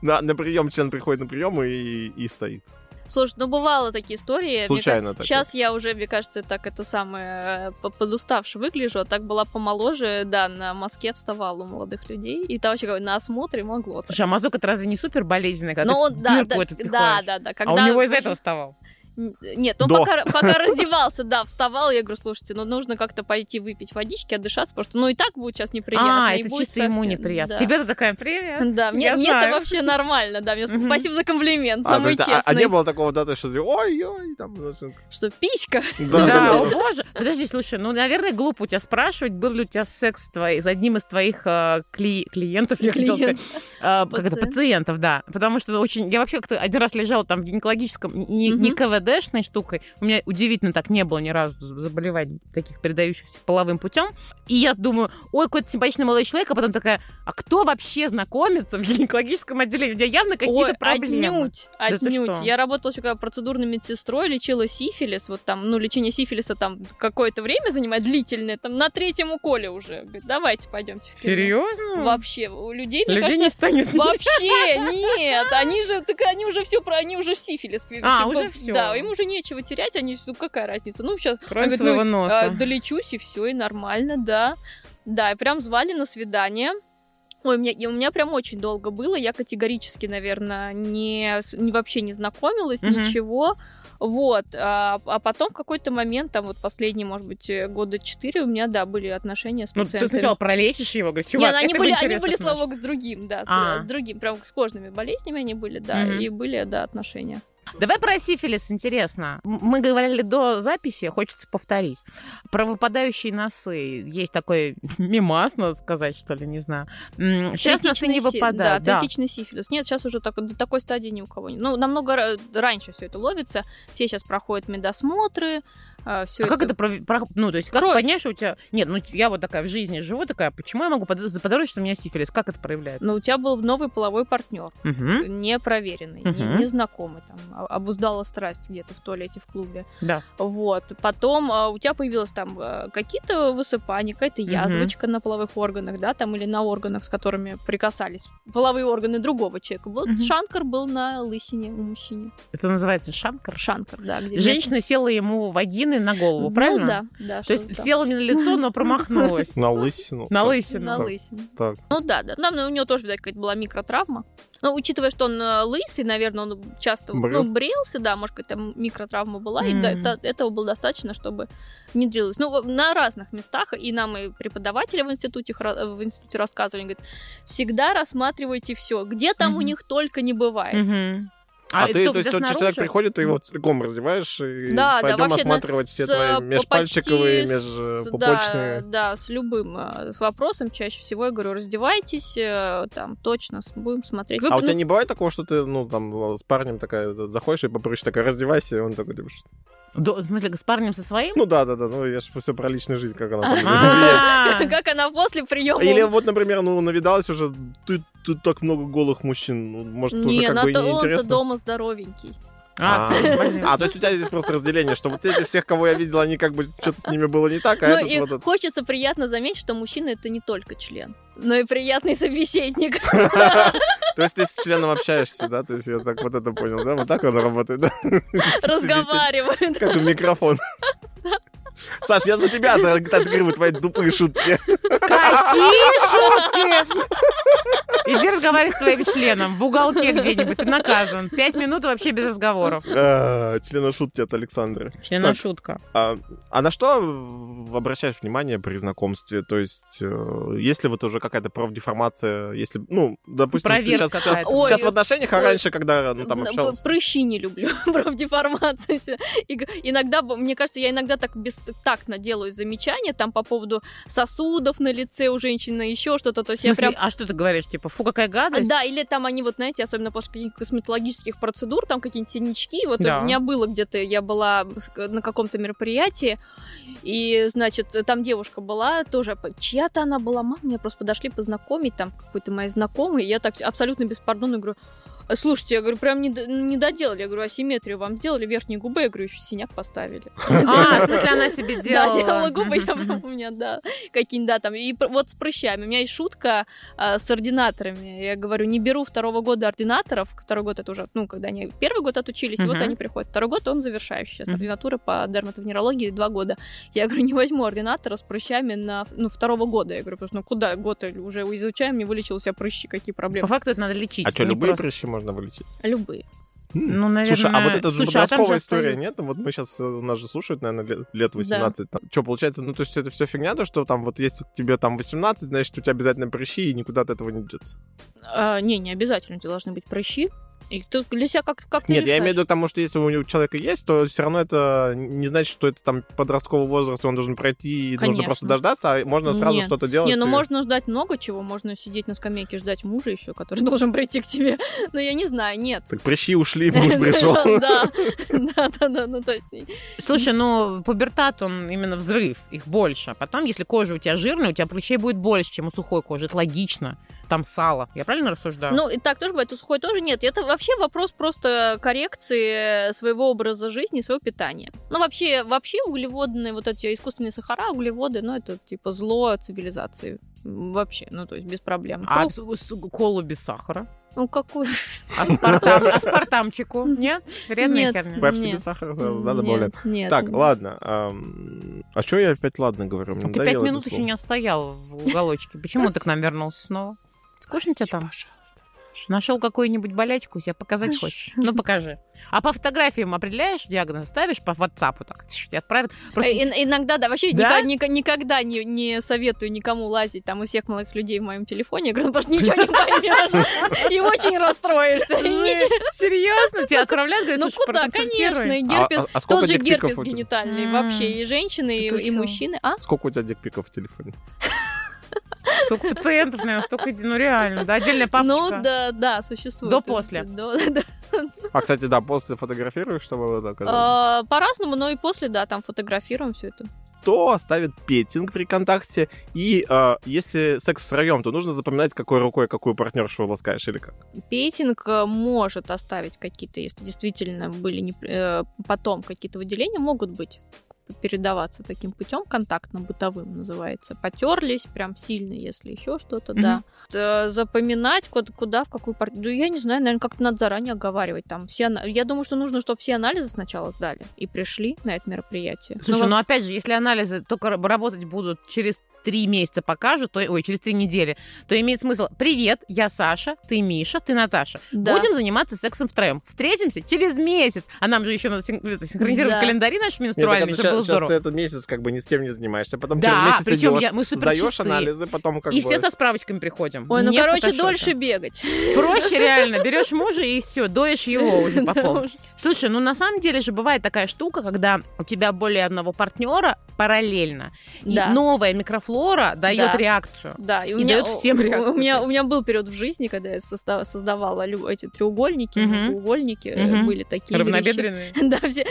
на, на прием, член приходит на прием и, и стоит. Слушай, ну бывало такие истории. Случайно так. Сейчас я уже, мне кажется, так это самое э, по- подуставше выгляжу, а так была помоложе, да, на Москве вставала у молодых людей, и там вообще говорю, на осмотре могло. Слушай, а мазок это разве не супер болезненный, когда Но ты Ну, в он, да, дырку эту да, да, впихиваешь? да, да. А у него из этого вставал. Н- Нет, он До. пока, пока раздевался, да, вставал, я говорю, слушайте, ну нужно как-то пойти выпить водички, отдышаться, потому что ну и так будет сейчас неприятно. А, и это будет чисто ему совсем- неприятно. Типа да. Тебе-то такая, привет. Да, мне, Я мне это знаю. вообще нормально, да, мне сп- Мгм. спасибо за комплимент, А, то самый есть, а- честный. а не было такого, да, то есть, что ты, ой-ой, там, значит, Что, писька? да, Да, да, о да. боже. Подожди, слушай, ну, наверное, глупо у тебя спрашивать, был ли у тебя секс с, твоей- с одним из твоих э, кли- клиентов, я хотела сказать, Клиент. э, как это, Пациент. пациентов, да. Потому что очень... Я вообще как-то один раз лежала там в гинекологическом, не, не Мгм. КВДшной штукой. У меня удивительно так не было ни разу з- заболеваний таких, передающихся половым путем. И я думаю, ой, какой-то симпатичный молодой человек, а потом такая, а кто вообще знакомится в гинекологическом отделении? У меня явно какие-то Ой, а проблемы. Отнюдь, Да ты отнюдь. что? Я работала еще когда процедурной медсестрой, лечила сифилис. Вот там, ну, лечение сифилиса там какое-то время занимает, длительное, там на третьем уколе уже. Говорит, давайте пойдемте в кино». Серьезно? Вообще, у людей, мне Людей не кажется, станет. Вообще нет, они же, так они уже все про, они уже сифилис. А, Всё, уже всё. Да, им уже нечего терять, они, ну какая разница, ну сейчас. Кроме своего носа. А, долечусь и все, и нормально, да. Да, и прям звали на свидание. Ой, у меня, и у меня прям очень долго было. Я категорически, наверное, не, с- не- вообще не знакомилась, Мгм. ничего. Вот. А, а потом в какой-то момент, там вот последние, может быть, э, года четыре у меня, да, были отношения с Ну, ты пациентами. сначала пролечишь его, говоришь, Не, чувак, ну, это они, в были, они интересах были, наших». слава богу, с другим, да, с- А. с, другим, прям с кожными болезнями они были, да, Мгм. и были, да, отношения. Давай про сифилис, интересно. М- Мы говорили до записи, хочется повторить. Про выпадающие носы. Есть такой мимас, надо сказать, что ли, не знаю. М, Сейчас носы Третичный не си- выпадают. Да, Да, третичный сифилис. Нет, сейчас уже так, до такой стадии ни у кого нет. Ну, намного ра- раньше все это ловится. Все сейчас проходят медосмотры, все А как это, про- про- ну, то есть, как Кровь. понять, что у тебя... Нет, ну, я вот такая в жизни живу, такая, почему я могу под- заподозрить, что у меня сифилис? Как это проявляется? Но Ну, у тебя был новый половой партнер, Мгм, непроверенный, не- Мгм. незнакомый, там, а- обуздала страсть где-то в туалете, в клубе. Да. Вот. Потом а, у тебя появилось там э, какие-то высыпания, какая-то Мгм. язвочка на половых органах, да, там или на органах, с которыми прикасались половые органы другого человека. Вот Мгм. шанкар был на лысине у мужчины. Это называется шанкар. Шанкар, да. где Женщина села ему вагины селами на голову, правильно? Ну, да, да. То что-то есть там. селами на лицо, но промахнулась. На лысину. На Так, На лысину. лысину. Так. Ну да, да. Наверное, у него тоже, видать, какая-то была микротравма. Но учитывая, что он э, лысый, наверное, он часто Брил. ну, брился, да, может, какая-то микротравма была, и Мгм. да, это- этого было достаточно, чтобы внедрилось. Ну, на разных местах, и нам и преподаватели в институте, их ра- э, в институте рассказывали, они говорят, всегда рассматривайте все, где там у Мгм. них только не бывает. Мгм. А, это ты, кто, то есть, где вот человек снаружи? приходит, ты его целиком раздеваешь и Да, да, пойдем вообще на- осматривать все С, твои э, межпальчиковые, почти с- межпупочные. Да, да, с любым э, вопросом чаще всего я говорю, раздевайтесь, э, там точно с- будем смотреть. Вы- А у ну, тебя не бывает такого, что ты, ну, там, с парнем такая за- заходишь и попроще такая, раздевайся, и он такой, типа, «Что?» Да, В смысле, с парнем со своим? ну да-да-да, ну я же все про личную жизнь, как она там влияет. А, Как она после приема Или вот, например, ну, навидалась уже, ты тут так много голых мужчин, ну, может, уже Не, как на бы и а то он-то неинтересно. дома здоровенький. а, А, а, то есть у тебя здесь просто разделение, что вот эти всех, кого я видел, они как бы что-то с ними было не так, а но этот Ну и вот... этот. хочется приятно заметить, что мужчина это не только член, но и приятный собеседник. То есть ты с членом общаешься, да? То есть я так вот это понял, да? Вот так он работает, да? Разговаривает. Как у микрофон. Саш, я за тебя от- отгребу твои тупые шутки. Какие шутки! Иди разговаривай с твоим членом в уголке где-нибудь, ты наказан. Пять минут вообще без разговоров. А, Члена шутки от Александра. Члена Так. шутка. А, а на что в- обращаешь внимание при знакомстве? То есть, э, если вот уже какая-то профдеформация, если, ну, допустим, ты Проверка сейчас, сейчас- какая-то. Ой, сейчас в отношениях, а ой. раньше, когда ну, там общался. Прыщи не люблю, профдеформацию. всё. И г- иногда, б- мне кажется, я иногда так бестактно делаю замечания там по поводу сосудов на лице у женщины, еще что-то. То В есть я смысле, прям А что ты говоришь? Типа, фу, какая гадость? Да, или там они, вот знаете, особенно после каких-то косметологических процедур, там какие-нибудь синячки. Вот Да. у меня было где-то, я была с- на каком-то мероприятии, и, значит, там девушка была тоже, п- чья-то она была, мама, меня просто подошли познакомить, там, какой-то моей знакомой, и я так абсолютно беспардонно говорю, «Э, Слушайте, я говорю, прям не, д- не доделали. Я говорю, асимметрию вам сделали, верхние губы, я говорю, еще синяк поставили. А, в смысле, она себе делала. Да, делала губы, я Мгм. прям у меня, да, какие-нибудь, да, там. И пр- вот с прыщами. У меня есть шутка а, с ординаторами. Я говорю, не беру второго года ординаторов. Второй год это уже, ну, когда они первый год отучились, и вот Мгм. они приходят. Второй год он завершающий. Сейчас Мгм. ординатура по дерматовенерологии два года. Я говорю, не возьму ординатора с прыщами на, ну, второго года. Я говорю, потому что, ну, куда год уже изучаем, не вылечил у себя прыщи, какие По проблемы. факту это надо лечить. Ну, А что, не любые просто- прыщи можно вылечить? Любые. М. Ну, наверное... Слушай, а вот это же Слушай, а там подростковая остаётся- история, нет? Вот мы сейчас, у нас же слушают, наверное, лет, лет 18. Что, получается, ну, то есть это все фигня, то, что там вот если тебе там 18, значит, у тебя обязательно прыщи, и никуда от этого не деться. А, не, не обязательно у тебя должны быть прыщи. И ты для себя как, как ты Нет, я решаешь. имею в виду к тому, что если у него- у человека есть, то все равно это не значит, что это там подростковый возраст, он должен пройти, и нужно Конечно. просто дождаться, а можно сразу Нет. что-то делать. Не, ну и- можно ждать много чего, можно сидеть на скамейке ждать мужа еще, который должен прийти к тебе. Но я не знаю, нет. Так прыщи ушли, муж пришел. Да, да, да, да, ну то есть. Слушай, ну, пубертат, он именно взрыв, их больше. Потом, если кожа у тебя жирная, у тебя прыщей будет больше, чем у сухой кожи. Это логично. Там сало. Я правильно рассуждаю? Ну, и так тоже бывает, у сухой тоже нет. Это вообще вопрос просто коррекции своего образа жизни, своего питания. Ну, вообще, вообще углеводные, вот эти искусственные сахара, углеводы, ну, это типа зло цивилизации. М, Вообще, ну, то есть без проблем. а с- Фрукт- с- колу без сахара? Ну, какой? А Аспартам, аспартамчику? Нет? Вредная Нет. херня? Пепси Нет. без сахара сразу, да, добавляют. Нет, Нет. Так, нет. ладно. ам, А что я опять ладно говорю? Мне Ты пять надоело это минут еще слово. не отстоял в уголочке. Почему ты к нам вернулся снова? Скучно тебе там? Нашел какую-нибудь болячку, себе показать хочешь? Ну, покажи. А по фотографиям определяешь диагноз, ставишь по WhatsApp так, и отправят. Просто Э, ин- Иногда, да, вообще Да? нико- нико- никогда не, не советую никому лазить там у всех молодых людей в моем телефоне. Я говорю, ну, потому что ничего не поймешь. И очень расстроишься. И ничего- Серьезно? Тебя отправляют? Говорят, Ну «Слушай, куда, проконсультируй». конечно, и А- герпес. а- а сколько Тот же дикпиков герпес у тебя? генитальный М. вообще. И женщины, А. Ты и- и чё? мужчины. А? Сколько у тебя дикпиков в телефоне? Сколько пациентов, наверное, столько, ну реально, да, отдельная папочка. Ну да, да, существует. До-после. До- да. А, кстати, да, после фотографируешь, чтобы вот так оказалось. А, По-разному, но и после, да, там фотографируем все это. Кто оставит петинг при контакте? И а, если секс втроем, то нужно запоминать, какой рукой какую партнершу ласкаешь или как? Петинг э, может оставить какие-то, если действительно были не- э, потом какие-то выделения, могут быть передаваться таким путем контактным, бытовым называется. Потерлись прям сильно, если еще что-то, да. Т- Запоминать, куда, куда, в какую партию. Ну, я не знаю, наверное, как-то надо заранее оговаривать там. Все, ана- я думаю, что нужно, чтобы все анализы сначала сдали и пришли на это мероприятие. Слушай, Ну, ну опять же, если анализы только раб- работать будут через три месяца покажут, то, ой, через три недели, то имеет смысл. Привет, я Саша, ты Миша, ты Наташа. да. Будем заниматься сексом втроем. Встретимся через месяц. А нам же еще надо син- это, синхронизировать Да. календари наши менструальные, чтобы было сейчас, ну, ты здорово. этот месяц как бы ни с кем не занимаешься, потом Да, через месяц причем идешь, я- мы супер сдаешь чистые. анализы, потом как И бы... все со справочками приходим. Ой, ну, Не короче, фотошопе. дольше бегать. Проще реально. Берешь мужа и все, доешь его уже по Да полной. уж. Слушай, ну на самом деле же бывает такая штука, когда у тебя более одного партнера параллельно. И Да. новая микрофлора дает Да. реакцию. Да, и, у И меня, дает всем у- реакцию. У меня, у меня был период в жизни, когда я соста- создавала лю- эти треугольники, Мгм. треугольники Мгм. были такие. Равнобедренные. вещи. Да, все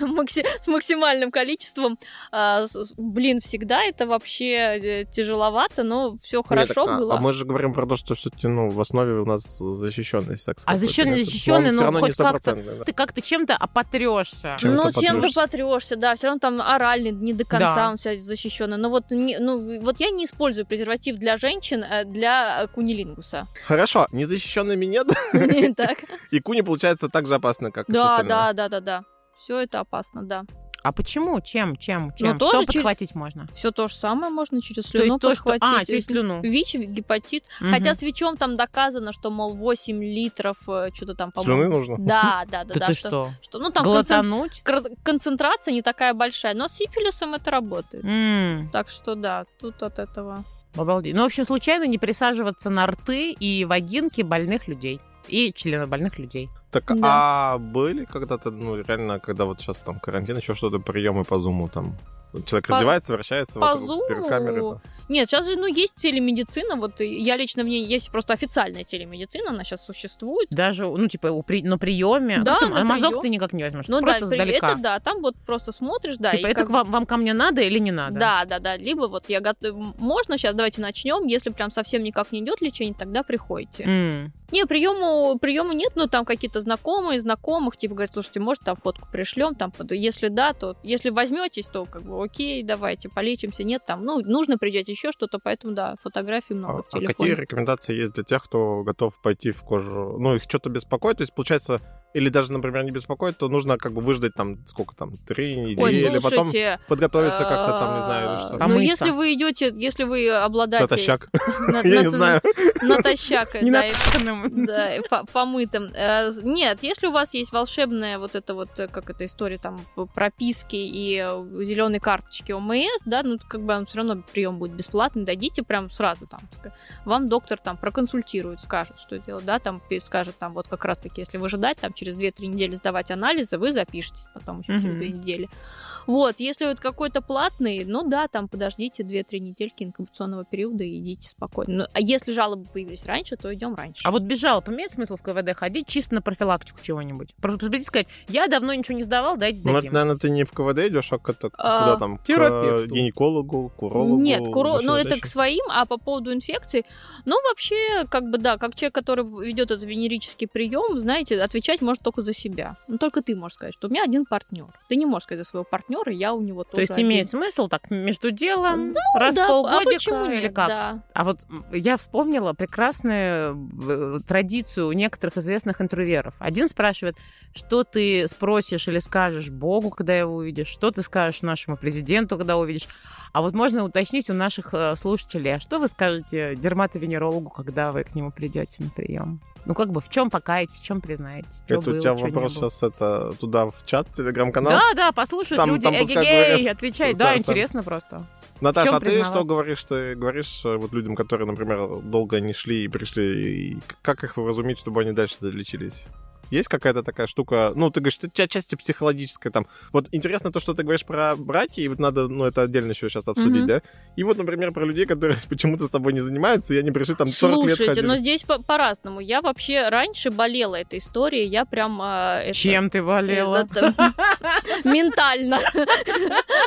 макси- с максимальным количеством. А, с- с- блин, всегда это вообще э, тяжеловато, но все Нет, хорошо так, а- было. А мы же говорим про то, что все-таки ну, в основе у нас защищенность секс. А какой-то, защищенный, нет? защищенный, Он ну, все равно не хоть как-то. стопроцентный, да. Ты как-то чем-то опотрешься. чем ну, ты чем ты потрешься. потрешься, да, все равно там оральный не до конца Да. он вся защищенный. Но вот, не- ну, вот я не использую презерватив для женщин, а для э, кунилингуса. Хорошо, незащищенными нет, Так. и куни получается так же опасно, как и все Да, остальное. да, да, да, да. Все это опасно, да. А почему? Чем? Чем? Чем? Ну, тоже Что через- подхватить можно? Все то же самое можно через слюну то, что... подхватить. А, через слюну. ВИЧ, гепатит. Мгм. Хотя с ВИЧом там доказано, что, мол, 8 литров что-то там, Слюны по-моему. нужно. Да, да, да, Да да. ты что? что- ну, там концен- Глотануть? кр- концентрация не такая большая, но с сифилисом это работает. М, Так что да, тут от этого. Обалдеть. Ну, в общем, случайно не присаживаться на рты и вагинки больных людей. И членов больных людей. Так, Да. а были когда-то, ну, реально, когда вот сейчас там карантин, еще что-то, приемы по зуму там? Вот Человек По- раздевается, вращается по вокруг, перед Zoom? камерой. там. Нет, сейчас же, ну, есть телемедицина, вот и я лично в ней есть просто официальная телемедицина, она сейчас существует. Даже, ну, типа, у при- на приеме. Да, Ну, там, на а мазок приём. ты никак не возьмешь. Ну ты просто да, при- сдалека. это да, там вот просто смотришь, да. типа, и это как к вам, вам ко мне надо или не надо? Да, да, да. Либо вот я готов... Можно сейчас, давайте начнем. Если прям совсем никак не идет лечение, тогда приходите. М. Не, приему, приему нет, но там какие-то знакомые, знакомых, типа говорят, слушайте, может там фотку пришлем, там, под- если да, то, если возьметесь, то как бы окей, давайте, полечимся, нет, там, ну, нужно приезжать еще что-то, поэтому да, фотографий много А, в а телефоне. какие рекомендации есть для тех, кто готов пойти в кожу? Ну, их что-то беспокоит, то есть, получается, или даже, например, не беспокоит, то нужно как бы выждать там, сколько там, три недели, Ой, или потом слушайте, подготовиться как-то там, не знаю, э, или что. Там Ну, Помыться. если вы идете, если вы обладатель... Натощак. на- Я не на- знаю. Натощак, Не да, надо и- нам. Да, и по- помытым. Э, з- Нет, если у вас есть волшебная вот эта вот, э, как эта история там, п- прописки и зеленой карточки ОМС, да, ну, как бы он все равно прием будет бесплатный, дадите прям сразу там. ск- Вам доктор там проконсультирует, скажет, что делать, да, там пи- скажет там вот как раз-таки, если выжидать, там через 2-3 недели сдавать анализы, вы запишетесь потом еще через Мгм. 2 недели. Вот, если вот какой-то платный, ну да, там подождите 2-3 недельки инкубационного периода и идите спокойно. Ну, а если жалобы появились раньше, то идем раньше. А вот без жалоб имеет смысл в КВД ходить чисто на профилактику чего-нибудь? Просто прийти и сказать, я давно ничего не сдавал, дайте Ну, это, дадим. наверное, ты не в КВД идешь, а как-то А, куда там? К э, терапевту. гинекологу, к урологу. Нет, куро... ну, вообще но это зачем? к своим, а по поводу инфекций, ну вообще, как бы да, как человек, который ведет этот венерический прием, знаете, отвечать может только за себя. Ну только ты можешь сказать, что у меня один партнер. Ты не можешь сказать за своего партнера, я у него тоже. То есть один. Ну имеет смысл так между делом, раз Да, в а полгодика почему или нет, как? Да. А вот м, я вспомнила прекрасную э, традицию у некоторых известных интроверов. Один спрашивает, что ты спросишь или скажешь Богу, когда его увидишь, что ты скажешь нашему президенту, когда увидишь. А вот можно уточнить у наших э, слушателей, а что вы скажете дерматовенерологу, когда вы к нему придете на прием? Ну, как бы в чем покаетесь, в чем признаетесь? чё Это у было, тебя чё не вопрос было? сейчас это туда в чат, телеграм-канал. Да, да, послушают Там- люди, там пускай эгегей, говорят. отвечай. Сам- Да, сам. интересно просто. Наташа, чем а ты признаваться? что говоришь? Ты говоришь э, вот людям, которые, например, долго не шли и пришли, и к- как их вразумить, чтобы они дальше лечились? Есть какая-то такая штука, ну, ты говоришь, ты ча- части психологическая там. Вот интересно то, что ты говоришь про браки, и вот надо, ну, это отдельно еще сейчас обсудить, Мгм. да? И вот, например, про людей, которые почему-то с тобой не занимаются, и они пришли там 40 лет Слушайте, ходили. ну, но здесь по- по-разному. я вообще раньше болела этой историей, я прям... э, это- Чем ты болела? Это там Ментально.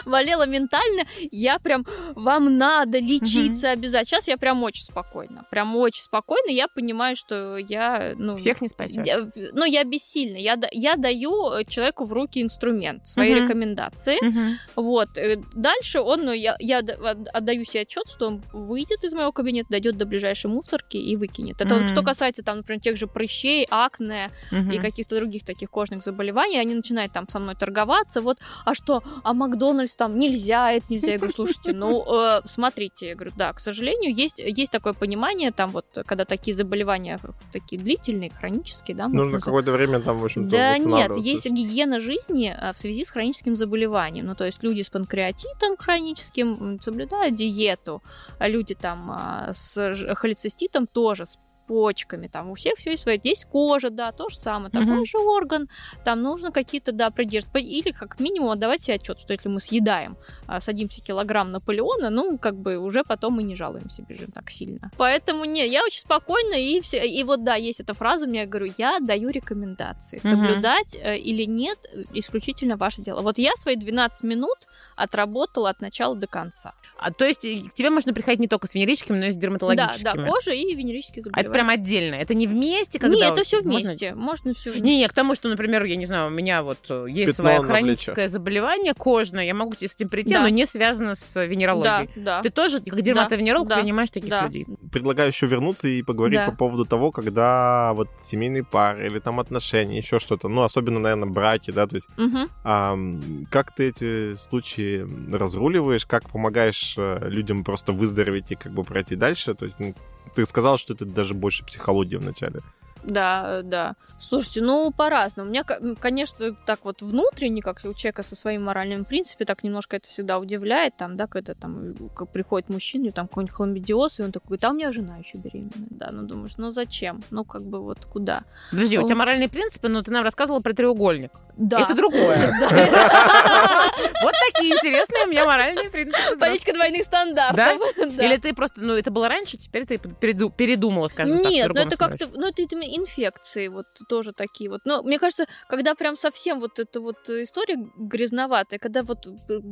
Болела ментально. Я прям, вам надо лечиться обязательно. Сейчас я прям очень спокойно. Прям очень спокойно. Я понимаю, что я... ну, Всех не спасешь. я- ну, я бессильна. Я, да- я даю э, человеку в руки инструмент, свои Мгм. рекомендации. Мгм. Вот. э, Дальше он, ну, я, я д- от- отдаю себе отчет, что он выйдет из моего кабинета, дойдет до ближайшей мусорки и выкинет. Это вот Мгм. что касается, там, например, тех же прыщей, акне Мгм. и каких-то других таких кожных заболеваний. Они начинают там со мной торговаться. Вот, а что, а Макдональдс там нельзя, это нельзя. Я говорю, слушайте, ну, э, смотрите. Я говорю, да, к сожалению, есть, есть такое понимание, там вот, когда такие заболевания э, такие длительные, хронические, да. Нужно можно какое-то время там, в общем-то, Ну, да нет, восстанавливаться. есть гигиена жизни а, в связи с хроническим заболеванием. Ну, то есть люди с панкреатитом хроническим м, соблюдают диету, а люди там а, с ж- холециститом тоже с почками, там у всех все есть свое. Есть кожа, да, то же самое, такой Мгм. же орган, там нужно какие-то, да, придерживаться. Или как минимум отдавать себе отчет, что если мы съедаем, а, садимся килограмм Наполеона, ну, как бы уже потом мы не жалуемся, бежим так сильно. Поэтому, не, я очень спокойно, и все, и вот, да, есть эта фраза, мне я говорю, я даю рекомендации. Мгм. Соблюдать э, или нет, э, исключительно ваше дело. Вот я свои 12 минут отработала от начала до конца. А, то есть и к тебе можно приходить не только с венерическими, но и с Да, дерматологическими. да, кожа и венерические А это заболевания. прям отдельно. Это не вместе, когда... Не, это вот все можно- вместе. Можно все вместе. Не, не, к тому, что, например, я не знаю, у меня вот э, есть Пятно свое на хроническое заболевание кожное, я могу тебе с этим прийти, Да. оно не связано с Да, венерологией. да. Ты тоже, как дерматовенеролог, да, принимаешь таких да. людей. Предлагаю еще вернуться и поговорить Да. по поводу того, когда вот семейный пар или там отношения, еще что-то, ну, особенно, наверное, браки, да, то есть Мгм. а, м, как ты эти случаи разруливаешь, как помогаешь э, людям просто выздороветь и как бы пройти дальше, то есть ну, ты сказал, что это даже больше психология вначале. Да, э, да. Слушайте, ну по-разному. У меня, ко- м, конечно, так вот внутренне, как у человека со своим моральным принципом, так немножко это всегда удивляет, там, да, когда там э, к- приходит мужчина, и там какой-нибудь хламидиоз, и он такой, да, у меня жена еще беременная, да, ну думаешь, ну зачем, ну как бы вот куда. Подожди, у Ну. тебя моральные принципы, но ты нам рассказывала про треугольник. Да. Это другое. Да. Вот такие интересные у меня моральные принципы. Политика двойных стандартов. Да? Или ты просто, ну, это было раньше, теперь ты переду- передумала, скажем так. Нет, ну по-другому это как-то, ну это, это инфекции вот тоже такие вот. Но мне кажется, когда прям совсем вот эта вот история грязноватая, когда вот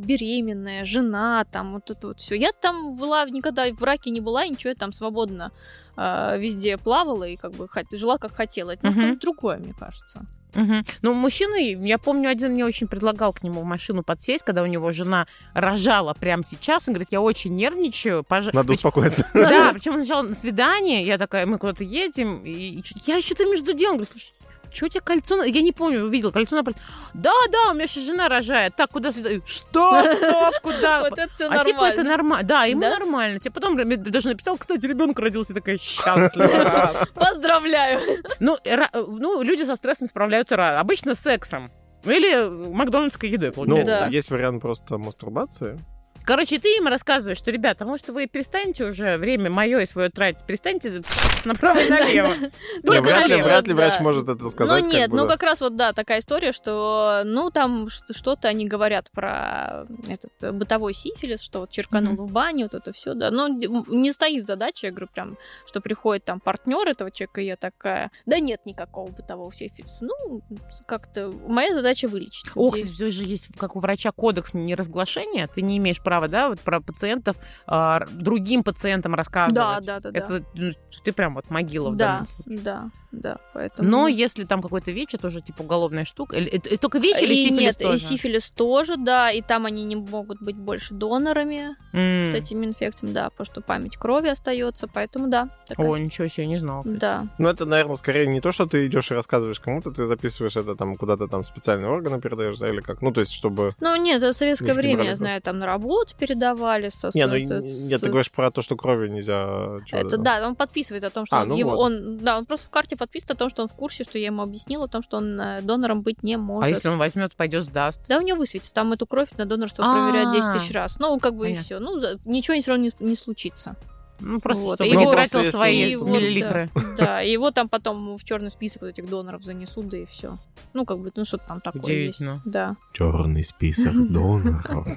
беременная, жена, там вот это вот все. Я там была, никогда в браке не была, ничего, я там свободно а, везде плавала и как бы хот- жила как хотела. Это Мгм. немножко другое, мне кажется. Мгм. Ну, мужчины, я помню, один мне очень предлагал к нему в машину подсесть, когда у него жена рожала прямо сейчас. Он говорит, я очень нервничаю. пожа- Надо Прич- успокоиться. Да, причем он сначала на свидание, я такая, мы куда-то едем, и, и чё- я что-то между делом, говорю, слушай, что у тебя кольцо? на-» Я не помню, увидела кольцо на пальце. Да, да, у меня сейчас жена рожает. Так, куда свидание? Что? Стоп, куда? Вот это все А типа это нормально. нормально. Да, ему Да? нормально. Тебе потом мне даже написал, кстати, ребенок родился, я такая счастлива. Поздравляю. Ну, ра- ну, люди со стрессом справляются ра- обычно сексом. Ну, Или макдональдской едой, Ну, получается. Да. так. есть вариант просто мастурбации. Короче, ты им рассказываешь, что, ребята, может, вы перестанете уже время мое и свое тратить, перестаньте за***ться направо и налево. Ну, Ну, Да, это вряд, ли, налево, вряд ли врач да. может это сказать. ну как нет, бы, ну да. как раз вот да, такая история, что ну там ш- что-то они говорят про этот э, бытовой сифилис, что вот черканул в бане, вот это все, да. Ну д- м, не стоит задача, я говорю, прям, что приходит там партнер этого человека, и я такая, да нет никакого бытового сифилиса. Ну, как-то моя задача вылечить. Ох, людей. все же есть, как у врача, кодекс неразглашения. Ты не имеешь права, да, вот про пациентов а, р- другим пациентам да, рассказывать. да, да, да. Это ну, ты прям вот могила в да, данном случае. да, да, поэтому. Но если там какой-то ВИЧ, это уже типа уголовная штука. Или- это- это только ВИЧ или И сифилис нет, тоже? и сифилис тоже, да, и там они не могут быть больше донорами. М. с этими инфекциями, да, потому что память крови остается, поэтому да. такая- О, ничего себе, не знала. кстати. Да. Ну, это, наверное, скорее не то, что ты идешь и рассказываешь кому-то, ты записываешь это там куда-то там в специальные органы передаешь, да, или как. Ну, то есть, чтобы... Ну, нет, это в советское Их не время, брали, я да. знаю, там на работу передавали. Со, Не, ну, со- и- со- нет, со- ты говоришь про то, что крови нельзя... э, чего-то это там. да, он подписывает о том, что А, он, ну его- вот. он- да, он просто в карте подписывает о том, что он в курсе, что я ему объяснила о том, что он э, донором быть не может. А если он возьмет, пойдет сдаст? Да, у него высветится, там эту кровь на донорство А. проверяют 10 тысяч раз. Ну, как бы Понятно. и все. Ну, за- ничего все равно не, не случится. Ну, просто Вот, чтобы и не вот- тратил Просто если свои и вот, миллилитры. Да, и его там потом в черный список вот этих доноров занесут, да и все. Ну, как бы, ну, что-то там такое есть. Удивительно. Да. Черный список доноров.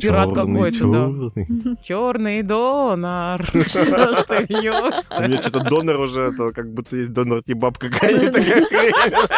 Пират Чёрный, какой-то, да. чёрный. Черный донор. Что ж ты А У меня вьешься? что-то донор уже, это как будто есть донор и бабка какая-то. какая-то.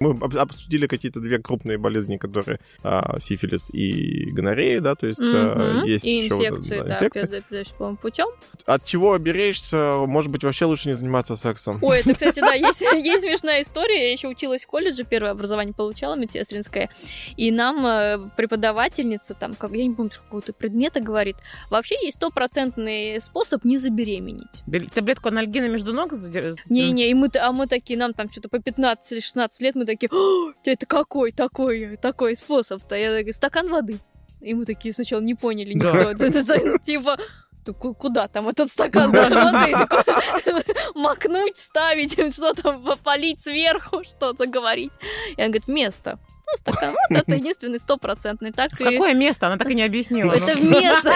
Мы об- обсудили какие-то две крупные болезни, которые а, сифилис и гонорея, да, то есть а, Мгм. есть И еще вот, инфекции, да, да, инфекции. переда- передающим путем. От чего оберечься, может быть, вообще лучше не заниматься сексом. Ой, это, кстати, да, есть, есть смешная история. Я еще училась в колледже, первое образование получала медсестринское. И нам э, преподавательница, там, как, я не помню, какого-то предмета говорит, вообще есть стопроцентный способ не забеременеть. Бел- Таблетку анальгина между ног задер- Не-не, и мы, а мы такие, нам там что-то по 15 или 16 лет, мы такие, «О, это какой такой, такой способ-то? Я такая, стакан воды. И мы такие сначала не поняли никто. Да. Это, это, Типа, «Ну, ку- куда там этот стакан воды? Такой, Макнуть, вставить, что там, полить сверху, что-то говорить. И она говорит, место. Ну, стакан. Вот это единственный стопроцентный. Так В ты- какое место? Она так и не объяснила. Это Ну. в место.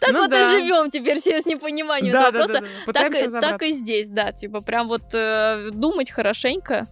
Так Ну вот да. и живем теперь все с непониманием Да, да, этого да, да. вопроса. Так, Пытаемся и- так разобраться. и здесь, да, типа прям вот э, думать хорошенько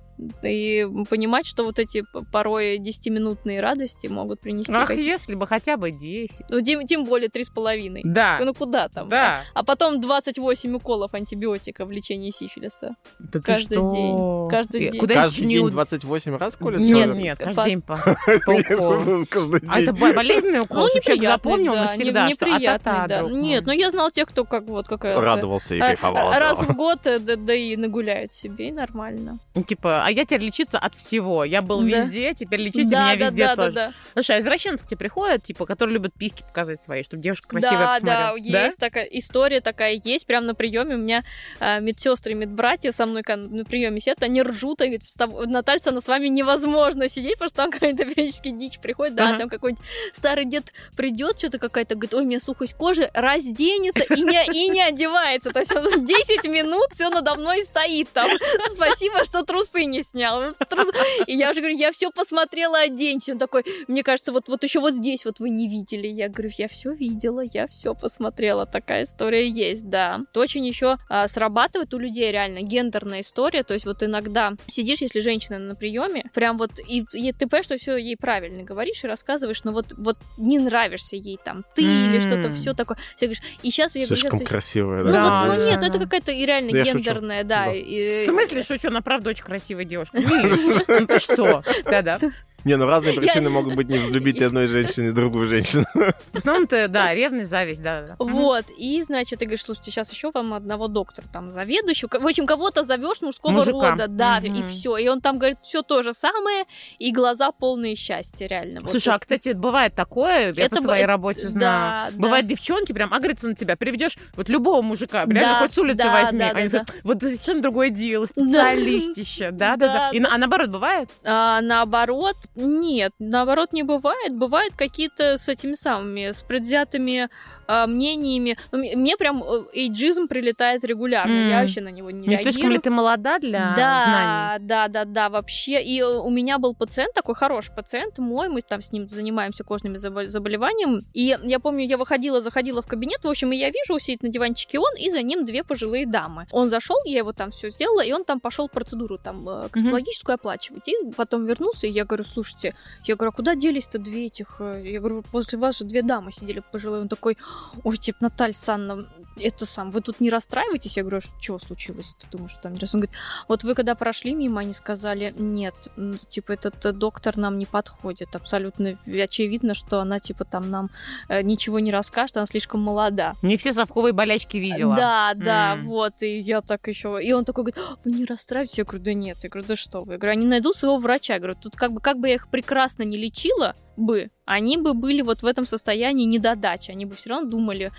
и понимать, что вот эти п- порой 10-минутные радости могут принести. Ах, какие- если бы хотя бы 10. Ну, тем, тем более 3,5. Да, Ну куда там? да. А потом 28 уколов антибиотика в лечении сифилиса. Да ты каждый что? день, каждый И день. Куда Каждый еще не день у- 28 раз колет Нет, человек? нет, По- каждый день по по уколу. Конечно, каждый А это день. бо- болезненный укол, Ну, чтобы человек неприятный, запомнил да, не- навсегда, что неприятный, а-та-та, да. друг мой. Нет, ну, но я знал тех, кто как вот как раз... э, Радовался и э, кайфовал. от Раз этого. в год, э, да, да и нагуляют себе, и нормально. Ну, Типа, а я теперь лечиться от всего. Я был Да. везде, теперь лечите да, меня да, везде да, тоже. да, да. Слушай, а извращенцы к тебе приходят, типа, которые любят письки показать свои, чтобы девушка красивая да, да, посмотрела. есть такая история такая есть. Прям на приеме у меня э, медсестры и медбратья со мной кон- на приеме сидят, они ржут, они говорят, «С тоб- Наталья, на с вами невозможно сидеть, потому что там какая-то периодически дичь приходит, да, Ага. там какой-нибудь старый дед придет, что-то какая-то, говорит, ой, у меня сухость кожи, разденется и не, и не одевается. То есть он 10 минут все надо мной стоит там. Спасибо, что трусы не снял. Трус- И я уже говорю, я все посмотрела, оденьте. Он такой, мне кажется, вот, вот еще вот здесь вот вы не видели. Я говорю, я все видела, я все посмотрела. Такая история есть, да. То очень еще а, срабатывает у людей реально гендерная история. То есть вот иногда сидишь, если женщина на приеме, прям вот и, и ты понимаешь, что все ей правильно говоришь и рассказываешь, но вот, вот не нравишься ей там ты или что-то М. все такое. Все говоришь, и сейчас я Слишком говорю, красивая, ну, красиво, да. да. вот, ну Да, нет, да, это да. какая-то и реально Да я шучу. гендерная, да. Да. В и- смысле, шучу, она правда очень красивая девушка. Видишь? Ну ты что? Да-да. Не, ну разные причины Я- могут быть не взлюбить одной женщины и другую женщину. В основном ты, да, ревность, зависть, да. Вот, и, значит, ты говоришь, слушайте, сейчас еще вам одного доктора, там, заведующего, ко- в общем, кого-то зовешь мужского Мужика. рода, да, Мгм. и все, и он там говорит все то же самое, и глаза полные счастья, реально. Вот Слушай, а, это- кстати, бывает такое, я Это по своей бы- работе да, знаю. да. Бывают девчонки прям агрятся на тебя, приведешь вот любого мужика, Да, реально хоть с улицы да, возьми. да, Они да, говорят, вот это совершенно другое дело, специалистище, да-да-да. Да, И на- А наоборот, бывает? А, наоборот, нет, наоборот не бывает. Бывают какие-то с этими самыми, с предвзятыми а, мнениями. Ну, м- мне прям э, эйджизм прилетает регулярно, М. я вообще на него не Не реагирую. слишком ли ты молода для да, знаний? Да, да, да, вообще. И э, у меня был пациент, такой хороший пациент мой, мы там с ним занимаемся кожными забо- заболеваниями. И я помню, я выходила, заходила в кабинет, в общем, и я вижу, сидит на диванчике он, и за ним две пожилые дамы. Он зашел, я его там все сделала, и он там пошел процедуру там э, косметологическую оплачивать. И потом вернулся, и я говорю, слушайте, я говорю, а куда делись-то две этих? э, Я говорю, после вас же две дамы сидели пожилые. Он такой, ой, типа, Наталья Санна, это сам, вы тут не расстраиваетесь? Я говорю, «А что случилось? Ты думаешь, что там не расстраивается?» Он говорит, вот вы когда прошли мимо, они сказали, нет, м, типа этот э, доктор нам не подходит. Абсолютно очевидно, что она типа там нам э, ничего не расскажет, она слишком молода. Не все совковые болячки видела. Да, да, М. вот, и я так еще. И он такой говорит, «А, вы не расстраивайтесь. Я говорю, да нет. Я говорю, да что вы. Я говорю, они найдут своего врача. Я говорю, тут как бы, как бы я их прекрасно не лечила бы, они бы были вот в этом состоянии недодачи. Они бы все равно думали,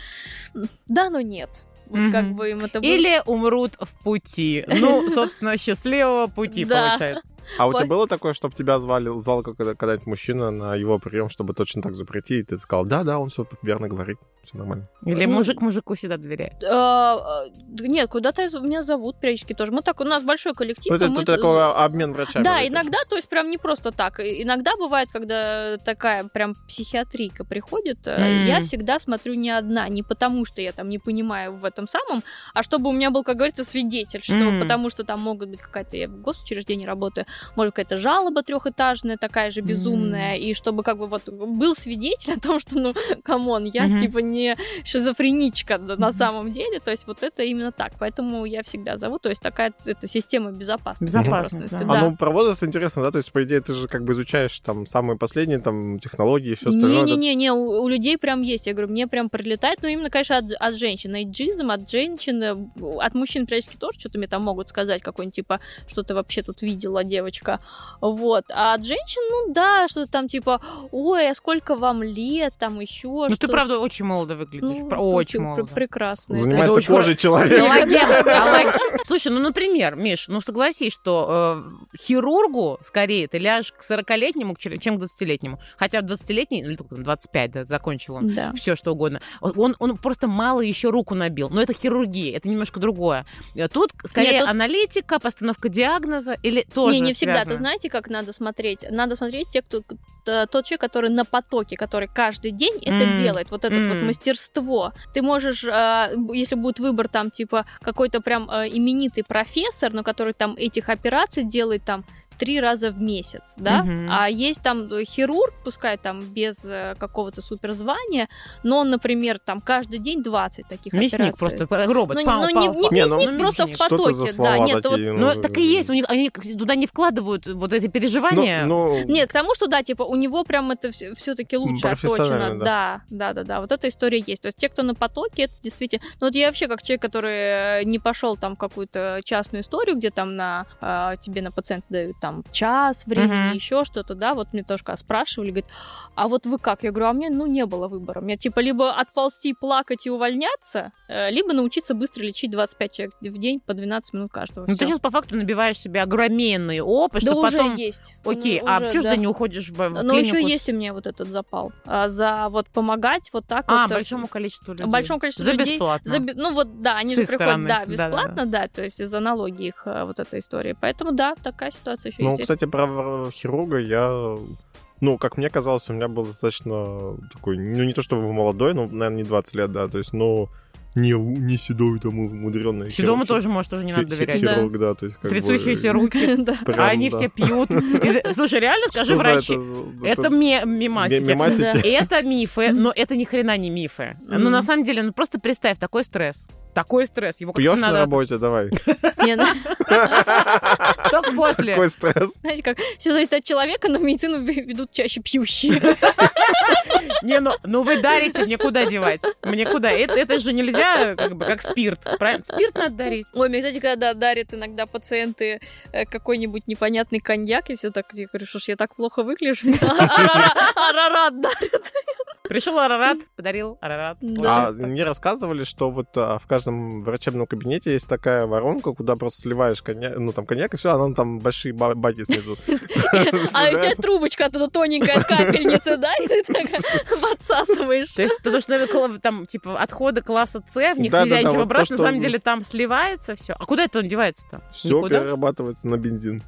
«М, да, но нет. Вот как Мгм. бы им это было. Или умрут в пути. Ну, собственно, счастливого пути Да. получается. А у тебя Ой. было такое, чтобы тебя звали, звал когда- когда-нибудь мужчина на его прием, чтобы точно так же прийти, и ты сказал, да-да, он все верно говорит, все нормально. Или Ну, мужик мужику всегда доверяет. Э, э, д- Нет, куда-то из- меня зовут периодически тоже. Мы так, у нас большой коллектив. Ну, это, и Типа мы- это такой обмен врачами. Да, опять же. иногда, то есть прям не просто так. И- Иногда бывает, когда такая прям психиатрийка приходит, э, М. я всегда смотрю не одна, не потому что я там не понимаю в этом самом, а чтобы у меня был, как говорится, свидетель, что М. потому что там могут быть какая-то, я в госучреждении работаю, может, какая-то жалоба трехэтажная такая же безумная, и чтобы как бы вот был свидетель о том, что, ну, камон, я Мгм. типа не шизофреничка на на самом деле, то есть вот это именно так, поэтому я всегда зову, то есть такая это система безопасности. Безопасность, Просто, да. А ну про возраст интересно, да? То есть, по идее, ты же как бы изучаешь там самые последние там технологии и все остальное. Не-не-не, у, у людей прям есть. Я говорю, мне прям прилетает, но именно, конечно, от, от женщин. Эйджизм от женщин, э, от мужчин практически тоже что-то мне там могут сказать, какой-нибудь типа, что ты вообще тут видела, девочка. Вот. А от женщин, ну да, что-то там типа, ой, а сколько вам лет, там еще Ну, ты, что-то. правда, очень молодо выглядишь. Ну, Пр- очень пр- молодо. Прекрасно. Занимается очень кожей человек. Коллаген, коллаген. Слушай, ну, например, Миш, ну согласись, что э, хирургу скорее ты ляжешь к 40-летнему, к чер- чем к 20-летнему. Хотя 20-летний, или только там 25, да, закончил он. Да. Все, что угодно. Он, он просто мало еще руку набил. Но это хирургия, это немножко другое. Э, Тут скорее Нет, тут- аналитика, постановка диагноза или тоже не, не всегда. связано? Ты знаете, как надо смотреть? Надо смотреть те, кто т- тот человек, который на потоке, который каждый день это М. делает, вот это вот М. мастерство. Ты можешь, а, б- если будет выбор там типа какой-то прям а, именитый профессор, но который там этих операций делает там три раза в месяц, да, Мгм. а есть там э, хирург, пускай там без э, какого-то суперзвания, но он, например, там каждый день 20 таких Мясник операций. просто, п- робот, Ну, не- пау, ну, пау, не, не пау. Не, ну, мясник, просто мясник. в Что это потоке, за да, слова нет, вот такие? Ну, так и есть, у них, они к- туда не вкладывают вот эти Ну, переживания. ну, Нет, к тому, что да, типа, у него прям это все-таки лучше Профессионально, отточено. Да. да, да, да. Вот эта история есть. То есть те, кто на потоке, это действительно. Ну вот я вообще как человек, который э, не пошел там в какую-то частную историю, где там на э, тебе на пациента дают там час времени, Мгм. еще что-то, да. Вот мне тоже когда спрашивали, говорит, а вот вы как? Я говорю, а мне ну не было выбора. Мне типа либо отползти, плакать и увольняться, э, либо научиться быстро лечить 25 человек в день по 12 минут каждого. Ну, Всё. ты сейчас по факту набиваешь себе огроменный опыт, да что уже потом... есть. Окей, Ну, а уже, почему да. же ты не уходишь в, в Но клинику? еще Ну, есть у меня вот этот запал а, за вот помогать вот так А, вот. э, большому количеству людей. большому количеству За людей, бесплатно. за бе- ну вот да, они С же их приходят, стороны. да, Да-да-да. бесплатно, да, то есть за налоги их э, вот эта история. Поэтому да, такая ситуация еще Ну, есть. кстати, про в- в- хирурга я... Ну, как мне казалось, у меня был достаточно такой... Ну, не то чтобы молодой, но, наверное, не 20 лет, да. То есть, ну, не, у- не седой, там, умудренный. Седому тоже, может, уже не надо доверять. хи- Хирург, да, то есть как бы- Трясущиеся руки. Да. Прям, А они да. все пьют. Из- Слушай, реально Что скажи ну, за врачи. Это, Это ме- мемасики. Ме- мемасики? Да. Это мифы, но это ни хрена не мифы. Ну, Мгм. на самом деле, ну просто представь, такой стресс. Такой стресс. Его как-то Пьешь на надо... работе, давай. Не, ну, Только после. Какой стресс. знаете, как все зависит от человека, но в медицину ве- ведут чаще пьющие. Не, ну, ну вы дарите, мне куда девать? Мне куда? Это, это же нельзя, как бы, как спирт. Правильно? Спирт надо дарить. Ой, мне, кстати, когда дарят иногда пациенты э, какой-нибудь непонятный коньяк, и все так, я говорю, что ж я так плохо выгляжу. Арара- Арарат дарят. Пришел Арарат, подарил Арарат. Да. А мне рассказывали, что вот а, в каждом врачебном кабинете есть такая воронка, куда просто сливаешь коньяк, ну там коньяк и все, а нам там большие ба- баки снизу. А у тебя трубочка оттуда тоненькая от капельницы, да? И ты такая подсасываешь. То есть, потому что наверное, кла- там, типа, отходы класса С, в них Да-да-да, нельзя ничего вот брать, то, на что- самом деле там сливается все. А куда это он девается-то? Все Никуда? перерабатывается на бензин.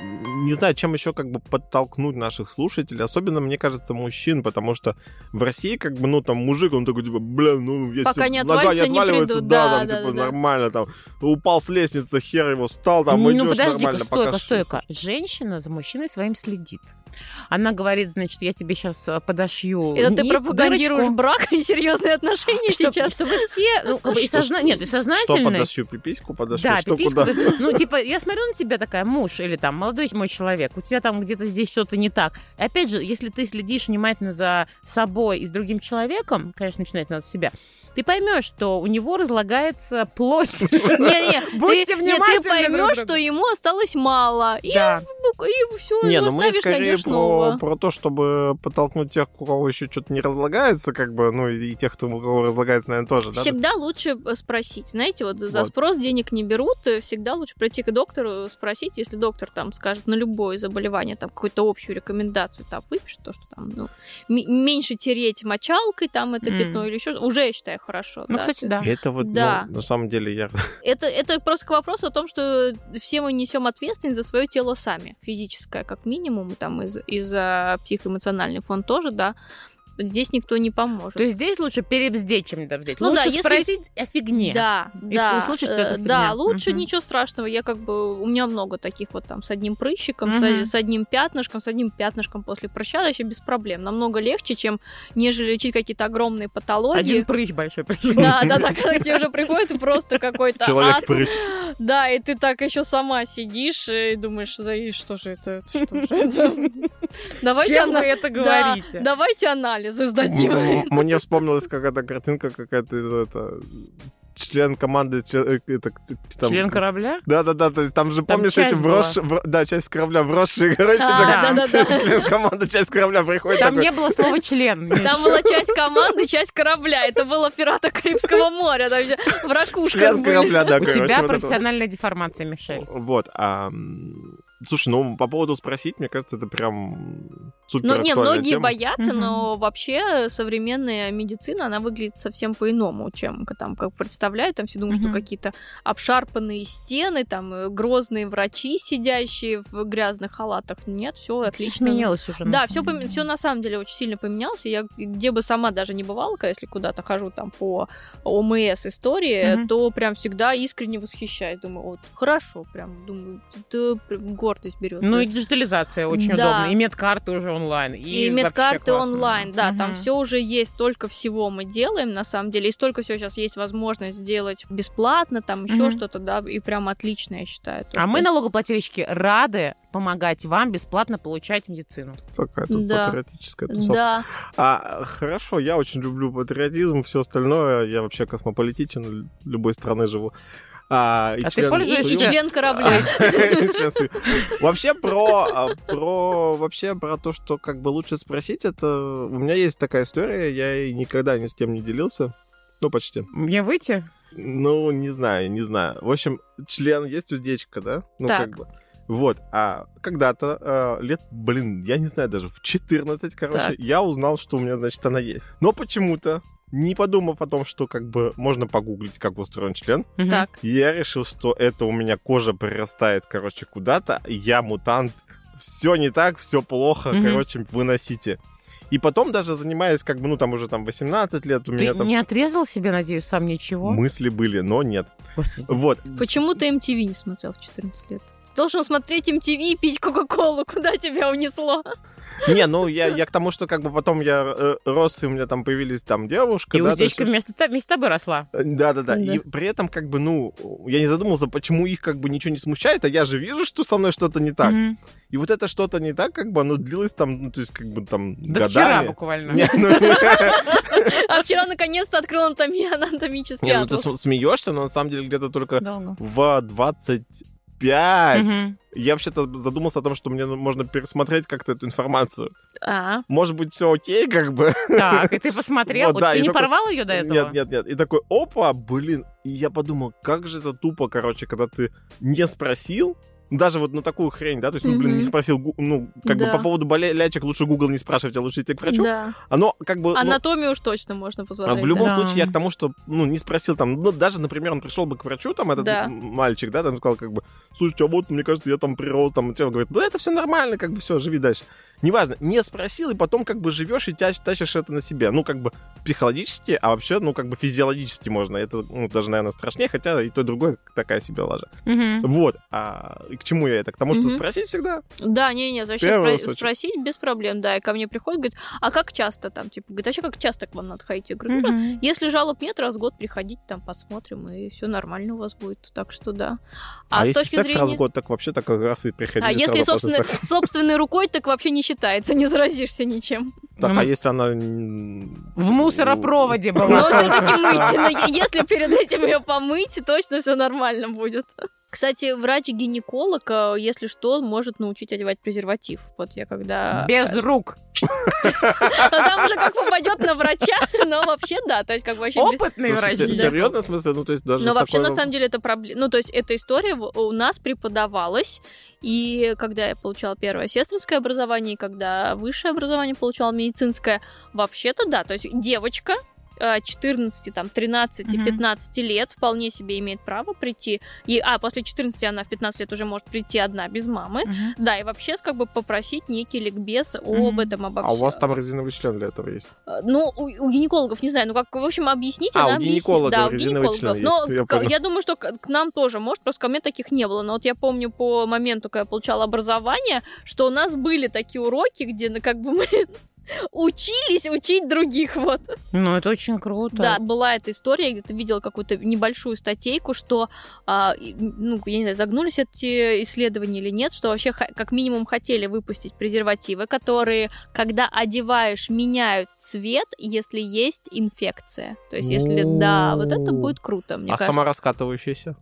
Не знаю, чем еще как бы подтолкнуть наших слушателей, особенно, мне кажется, мужчин, потому что в России как бы, ну, там, мужик, он такой, типа, бля, ну, если Пока не нога отвалится, не отваливается, приду». да, Да, там, да, типа, да, да. нормально, там, упал с лестницы, хер его стал, там, идешь ну, подожди-ка, нормально, стойка, пока стойка. Женщина за мужчиной своим следит. Она говорит, значит, я тебе сейчас подошью Это ты нит, пропагандируешь Ну дырочку, А брак и серьезные отношения чтоб- сейчас. Чтобы все, ну, как бы, и Что- созна- нет, и Что сознательно, подошью, пипиську подошью, Да, что пипиську куда? ты- Ну, типа, я смотрю на тебя такая, муж или там молодой мой человек, у тебя там где-то здесь что-то не так. И опять же, если ты следишь внимательно за собой и с другим человеком, конечно, начинать надо с себя, ты поймешь, что у него разлагается плоть. Не, не, Будьте ты, не, ты внимательны друг к поймешь, другу. что ему осталось мало. И, Да. ну, и все, Не, его ну мы ставишь, скорее найдешь про, нового. про то, чтобы подтолкнуть тех, у кого еще что-то не разлагается, как бы, ну и тех, кто у кого разлагается, наверное, тоже, да? Всегда лучше э, спросить. Знаете, вот за Вот. спрос денег не берут, и всегда лучше прийти к доктору э, спросить, если доктор там скажет на любое заболевание, там какую-то общую рекомендацию там выпишет, то, что там, ну, м- меньше тереть мочалкой там это М. пятно или еще, уже я считаю хорошо. Ну, да. кстати, да. И Это вот, Да. ну, на самом деле, я... Это, это просто к вопросу о том, что все мы несем ответственность за свое тело сами. Физическое, как минимум, там, из, и за психоэмоциональный фон тоже, да. здесь никто не поможет. То есть здесь лучше перебздеть, чем добздеть. Ну да, лучше если- спросить о фигне. Да, Если да. ты услышишь, что э, это Да, фигня. лучше Мгм. ничего страшного. Я как бы у меня много таких вот там с одним прыщиком, с- Мгм. с, одним пятнышком, с одним пятнышком после прыща вообще без проблем. Намного легче, чем нежели лечить какие-то огромные Один патологии. прыщ большой пришел. Да, да, да, когда к тебе уже приходит просто какой-то а ад. Человек-прыщ. Да, и ты так еще сама сидишь и думаешь, да и что же это? Что же это? Давайте Чем вы ана- это да, говорите? Давайте анализы сдадим. М- Мне вспомнилась какая-то картинка, какая-то это, член команды... че- э, это, там- Член корабля? Да-да-да, то есть там же, Там помнишь, эти часть была. вросшие... вро- Да, часть корабля вросшие, короче, А, так, да-да-да. член команды, часть корабля приходит Там такой, не было слова член. Миш. Там была часть команды, часть корабля. Это было пирата Карибского моря. Там все в ракушках член были. корабля, да, У короче, тебя вот это вот. профессиональная деформация, Мишель. Вот, а... м, Слушай, ну по поводу спросить, мне кажется, это прям супер Ну, не, многие боятся, Мгм. но вообще современная медицина, она выглядит совсем по-иному, чем к- там, как представляют. Там все думают, что Мгм. какие-то обшарпанные стены, там э, грозные врачи, сидящие в грязных халатах. Нет, все Всё отлично. сменилось уже. на Да, самом все, деле. все на самом деле очень сильно поменялось. И Я где бы сама даже не бывала, когда- если куда-то хожу там по ОМС истории, Мгм. то прям всегда искренне восхищаюсь. Думаю, вот хорошо, прям думаю, ты прям гордость берет. Ну и диджитализация очень Да. удобна. И медкарты уже онлайн. И, и медкарты вообще классно. онлайн, да, там Мгм. все уже есть, столько всего мы делаем, на самом деле, и столько всего сейчас есть возможность сделать бесплатно, там еще Мгм. что-то, да, и прям отлично, я считаю. То А мы, есть- налогоплательщики, рады помогать вам бесплатно получать медицину. Такая тут Да. патриотическая тусовка. Да, А, хорошо, я очень люблю патриотизм, все остальное, я вообще космополитичен, любой страны живу. А, и А ты член пользуешься- и Союза. член корабля. Член Союза. Вообще про, а, про вообще про то, что как бы лучше спросить, это у меня есть такая история, я и никогда ни с кем не делился, ну почти. Мне выйти? Ну, не знаю, не знаю. В общем, член есть уздечка, да? Ну, Так. как бы. Вот, а когда-то, э, лет, блин, я не знаю, даже в 14, короче, Так. я узнал, что у меня, значит, она есть. Но почему-то, не подумав о том, что как бы можно погуглить, как устроен член, Мгм. Так. я решил, что это у меня кожа прирастает, короче, куда-то, и я мутант, все не так, все плохо, Мгм. короче, выносите. И потом даже занимаясь, как бы, ну, там уже там 18 лет, Ты у меня там не отрезал себе, надеюсь, сам ничего? мысли были, но нет. Господи. Вот. Почему ты MTV не смотрел в 14 лет? Ты должен смотреть MTV и пить Кока-Колу. Куда тебя унесло? Не, ну я, я к тому, что как бы потом я э, рос, и у меня там появились там девушка. И да, то уздечка есть- вместо, ста- вместе с тобой росла. Да, да, да. И Да. при этом, как бы, ну, я не задумался, почему их как бы ничего не смущает, а я же вижу, что со мной что-то не так. Мгм. И вот это что-то не так, как бы оно длилось там, ну, то есть, как бы там До вчера годами. буквально. Не, ну, А вчера наконец-то открыл анатоми- анатомический не, ну, ты атлас. см- смеешься, но на самом деле где-то только Долго. в 25. Мгм. Я вообще-то задумался о том, что мне ну, можно пересмотреть как-то эту информацию. А, Может быть, все окей, как бы. Так, и ты посмотрел. Вот, Вот Ну да, Ты и не такой- порвал ее до этого? Э, Нет, нет, нет. И такой, опа, блин. И я подумал, как же это тупо, короче, когда ты не спросил, ну, даже вот на такую хрень, да, то есть, ну, блин, Мгм. не спросил, гу- ну, как бы Да. по поводу болячек лучше Google не спрашивать, а лучше идти к врачу. да. Оно как бы... ну, Анатомию уж точно можно а посмотреть. в любом да. случае, я к тому, что, ну, не спросил там, ну, даже, например, он пришел бы к врачу, там, этот Да. м- мальчик, да, там сказал, как бы, слушайте, а вот, мне кажется, я там прирос, там, и тело говорит, да это все нормально, как бы, все, живи дальше. Неважно, не спросил, и потом, как бы, живешь и тяч- тащишь это на себе. Ну, как бы, психологически, а вообще, ну, как бы, физиологически можно. Это, ну, даже, наверное, страшнее, хотя и то, и другое такая себе лажа. Мгм. Вот, а и к чему я это? К тому, что Мгм. спросить всегда. да. Да, не-не, вообще Первый спро- случай. спросить без проблем, да. И ко мне приходит, говорит, а как часто там, типа, говорит, а вообще как часто к вам надо ходить? Я говорю, «Ну, Мгм. если жалоб нет, раз в год приходите, там посмотрим, и все нормально у вас будет. Так что да. А, если секс раз в год, так вообще так как раз и приходили А если сразу после собственно- секса. собственной рукой, так вообще не считается, не заразишься ничем. Так, Ну, а если она... м, В мусоропроводе Ну, Но была. все-таки мыть, но е- если перед этим ее помыть, точно все нормально будет. Кстати, врач-гинеколог, э, если что, может научить одевать презерватив. Вот я когда... Без рук. А Там уже как попадет на врача, но вообще да, то есть как бы вообще... без- Опытный врач. Слушайте, Да. серьезно, в смысле? Ну, то есть даже Но с вообще, такой- на самом деле, это проблема. Ну, то есть, эта история в- у нас преподавалась. И когда я получала первое сестринское образование, и когда высшее образование получала медицинское, вообще-то да. То есть, девочка э, 14, там, 13, Мгм. 15 лет вполне себе имеет право прийти. И, а, после 14 она в 15 лет уже может прийти одна без мамы. Мгм. Да, и вообще, как бы, попросить некий ликбез об Мгм. этом, обо А у всём. вас там резиновый член для этого есть? Э, Ну, у, у гинекологов, не знаю, ну как, в общем, объясните, А, она у объяснит. гинекологов Да, у резиновый член гинекологов. есть, Но я к- понял. я думаю, что к к нам тоже может, просто ко мне таких не было. Но вот я помню по моменту, когда я получала образование, что у нас были такие уроки, где ну, как бы мы учились учить других, вот. Ну, это очень круто. Да, была эта история, я где-то видела какую-то небольшую статейку, что, а, и, ну, я не знаю, загнулись эти исследования или нет, что вообще ха- как минимум хотели выпустить презервативы, которые, когда одеваешь, меняют цвет, если есть инфекция. То есть, если, да, вот это Ну. будет круто, мне а кажется. самораскатывающаяся?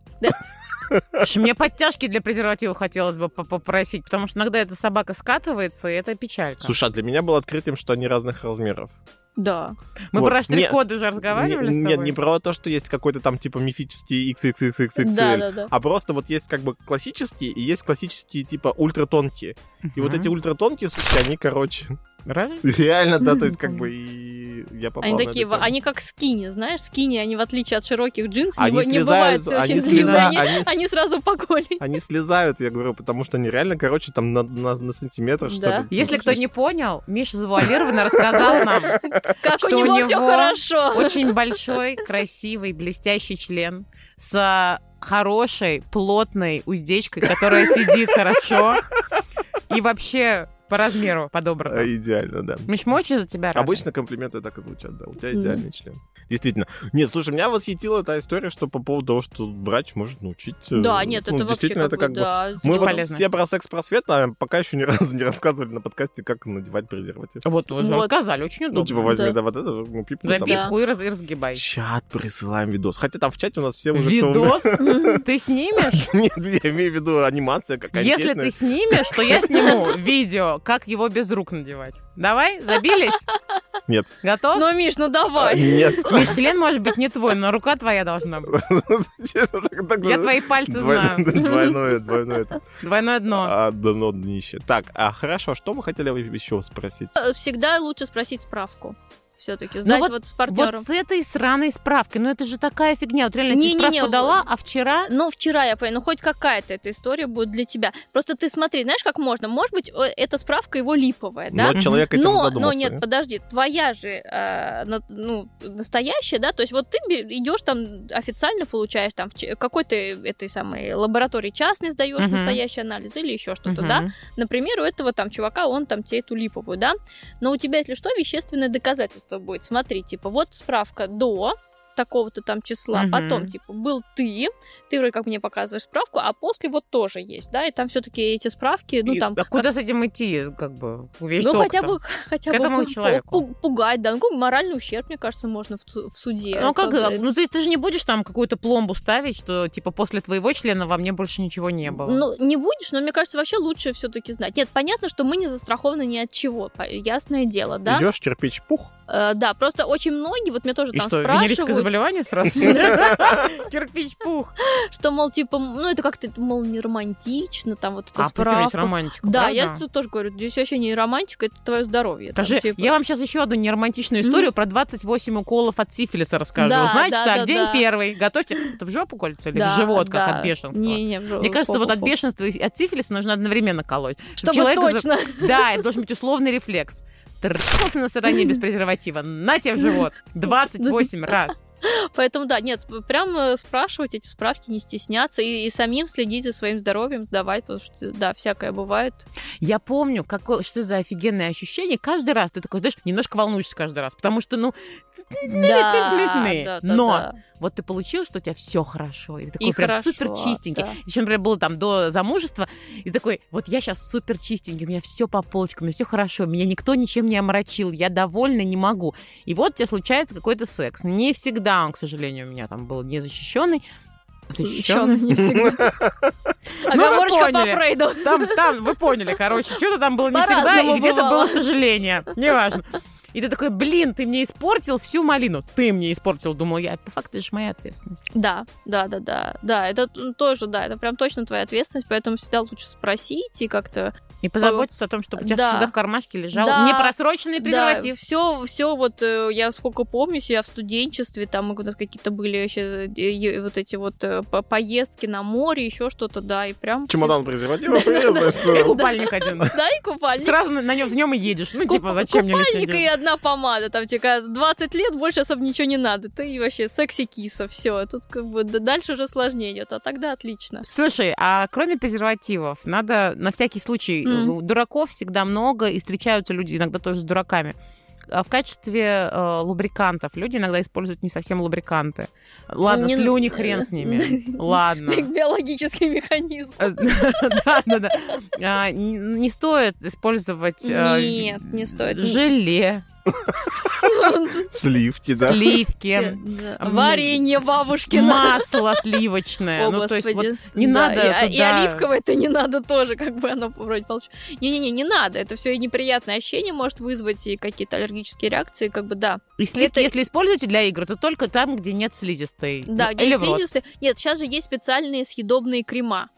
Ш, Мне подтяжки для презерватива хотелось бы по- попросить, потому что иногда эта собака скатывается, и это печалька. Слушай, а для меня было открытием, что они разных размеров. Да. Мы вот, про не- штрих-коды уже разговаривали Не- с тобой? Нет, не про то, что есть какой-то там типа мифический XXXXXL. Да, да, да. А просто вот есть как бы классические и есть классические типа ультратонкие. И вот Мгм. эти ультратонкие, слушайте, они, короче, Разве? реально, да, то есть как Мгм. бы и я попал Они на такие, эту тему. они как скини, знаешь, скини, они в отличие от широких джинс, не Они бу- не, слезают, бывают они очень длинные, слеза- они, они с- они сразу по голени. Они слезают, я говорю, потому что они реально, короче, там на, на- на сантиметр, что Да. ли. Если кто не Слушай, понял, Миша завуалированно рассказал нам Как Что у у него все него хорошо. очень большой, красивый, блестящий член с а, хорошей, плотной уздечкой, которая сидит хорошо и вообще по размеру подобрана. э, Идеально, да. Миш, мы очень за тебя рады. Обычно комплименты так и звучат, да. У тебя Мгм. идеальный член. Действительно. Нет, слушай, меня восхитила та история, что по поводу того, что врач может научить. э, Да, нет, ну, это вообще действительно это как как бы, бы. да. Мы вот полезно. все про секс-просвет, а пока еще ни разу не рассказывали на подкасте, как надевать презерватив. Вот, уже Вот. рассказали, очень Ну, типа, удобно. возьми, Да. да, вот это, ну, пипку За там. пипку и раз- и разгибай. В чат присылаем видос. Хотя там в чате у нас все уже... кто- Видос? Ты снимешь? Нет, я имею в виду анимация какая-то. Если ты интересная. снимешь, то я сниму видео, как его без рук надевать. Давай, забились? Нет. Готов? Ну, Миш, ну А, давай. Нет. Миш, член может быть не твой, но рука твоя должна быть. Зачем так- так- Я твои пальцы знаю. Двойное, двойное. это. Двойное дно. А, дно днище. Так, а хорошо, что мы хотели еще спросить? Всегда лучше спросить справку. Все-таки Ну знать вот- вот, с партнером. Вот с этой сраной справкой. Ну это же такая фигня. Вот реально, тебе Не-не-не, справку вот- дала, а вчера... Ну, вчера я поняла, ну хоть какая-то эта история будет для тебя. Просто ты смотри, знаешь, как можно? Может быть, э, эта справка его липовая, да? Но человек Ну, к этому но, но задумался. нет, подожди, твоя же э, на- ну, настоящая, да, то есть вот ты бе- идешь там официально получаешь там в ч- какой-то этой самой лаборатории частной сдаешь Мгм. настоящий анализ или еще что-то, Мгм. да, Например, у этого там чувака, он там тебе эту липовую, да? Но у тебя, если что, вещественное доказательство будет. Смотри, типа, вот справка до такого-то там числа, Мгм. потом, типа, был ты, ты вроде как мне показываешь справку, а после вот тоже есть, да? И там все таки эти справки, ну, И- там... а куда с этим идти, как бы? Увидишь ну, хотя доктора. бы, хотя К бы этому пу- человеку. пу- пугать, да. Ну, какой моральный ущерб, мне кажется, можно в, су- в суде. Ну как, Это- ну ты, ты же не будешь там какую-то пломбу ставить, что типа после твоего члена во мне больше ничего не было. Ну, не будешь, но мне кажется, вообще лучше все-таки знать. Нет, понятно, что мы не застрахованы ни от чего, по- ясное дело, да? Идешь, кирпич, пух. Э, да, просто очень многие, вот мне тоже И там что, венерическое спрашивают, заболевание сразу? Кирпич-пух. что, мол, типа, ну это как-то, мол, не романтично, там вот это А почему есть справка. романтика, Да, правда? я тут тоже говорю, здесь вообще не романтика, это твое здоровье. там, Скажи, типа. я вам сейчас еще одну неромантичную историю про 28 уколов от сифилиса расскажу. Да, Знаете да, так, да, день да. первый, готовьте. Это в жопу колется или Да, в живот, как да. от бешенства? Не, не, в жо- Мне кажется, вот от хоп-хоп-хоп. бешенства и от сифилиса нужно одновременно колоть. Чтобы человека за- точно. Да, это должен быть условный рефлекс. Трахался на стороне без презерватива. На тебе в живот. 28 раз. Поэтому, да, нет, сп- прям э, спрашивать эти справки, не стесняться и, и самим следить за своим здоровьем, сдавать, потому что, да, всякое бывает. Я помню, какое, что за офигенное ощущение. Каждый раз ты такой, знаешь, немножко волнуешься каждый раз. Потому что, ну, Да, блин, да, да, но да. вот ты получил, что у тебя все хорошо. И ты такой И прям хорошо, супер чистенький. да. Еще, например, было там до замужества. И такой, вот я сейчас супер чистенький, у меня все по полочкам, у меня все хорошо, меня никто ничем не омрачил, я довольна, не могу. И вот у тебя случается какой-то секс. Не всегда он, к сожалению, у меня там был а незащищенный. Защищённый Защищенный. не всегда. Ну, вы Оговорочка по поняли. Фрейду. Там, там, вы поняли, короче, что-то там было не всегда, По-разному и где-то бывало. было сожаление. Неважно. И ты такой, блин, ты мне испортил всю малину. Ты мне испортил, думал я. По факту, это же моя ответственность. Да, да, да, да, да, это т- тоже, да, это прям точно твоя ответственность, поэтому всегда лучше спросить и как-то И позаботиться о том, чтобы у тебя Да. всегда в кармашке лежал Да. непросроченный презерватив. все, все вот э, я сколько помню себя в студенчестве, там у нас какие-то были еще вот эти вот э, по- поездки на море, еще что-то, да, и прям... Чемодан презерватива привез, знаешь, И что... купальник один. Да, и купальник. Сразу на нем в нем и едешь. Ну, Куп- типа, зачем мне лишний купальник и день? одна помада. Там тебе когда 20 лет, больше особо ничего не надо. Ты вообще секси-киса, все. Тут как бы д- дальше уже сложнее идет, а тогда отлично. Слушай, а кроме презервативов, надо на всякий случай, э, М. у дураков всегда много, и встречаются люди иногда тоже с дураками. А В качестве э, лубрикантов люди иногда используют не совсем лубриканты. Ладно, Ну, Не- э, слюни хрен с ними. Ладно. Биологический механизм. Э, Да, да, да. А, н- Не стоит использовать... э, Нет, не стоит. Желе, Сливки, да? сливки. Да. м, Варенье с- бабушкина. Масло сливочное. О, Ну, то есть вот господи. не Да, надо и- И, туда- оливковое это не надо тоже, как бы оно вроде получилось. Не-не-не, не надо. Это все и неприятное ощущение может вызвать, и какие-то аллергические реакции, как бы да. И сливки, Это- если используете для игр, то только там, где нет слизистой. Да, Ну, где Или в рот. слизистые. Нет, сейчас же есть специальные съедобные крема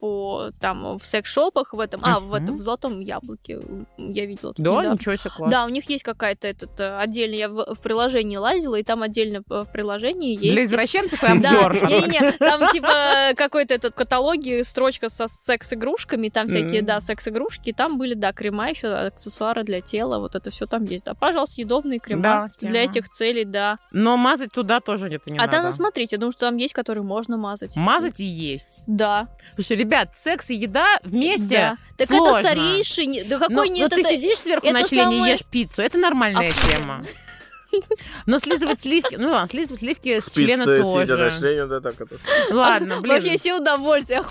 по там в секс-шопах в этом, а в Мгм. этом в золотом яблоке я видела. тут Да, недавно. ничего себе, класс. Да, у них есть какая-то этот э, отдельно. Я в, в приложении лазила и там отдельно э, в приложении есть. Для извращенцев и Да, обзор. не-не-не, там типа какой-то этот каталоги, строчка со секс-игрушками, там всякие, М. да, секс-игрушки, там были, да, крема еще, аксессуары для тела, вот это все там есть. Да, пожалуйста, съедобные крема Да, тема. для этих целей, да. Но мазать туда тоже нет, не а там, ну, надо. смотрите, я думаю, что там есть, которые можно мазать. Мазать и есть. Да. Слушай, ребят, секс и еда вместе да. Так сложно. это старейший, не- да какой Но, не но это... ты сидишь сверху на это члене самое- А. ешь пиццу. Это нормальная Абсолютно. тема. Но слизывать сливки... Ну ладно, слизывать сливки с члена Спицы, сидя на тоже. члене, да, так это. Ладно, Вообще блин. все удовольствие.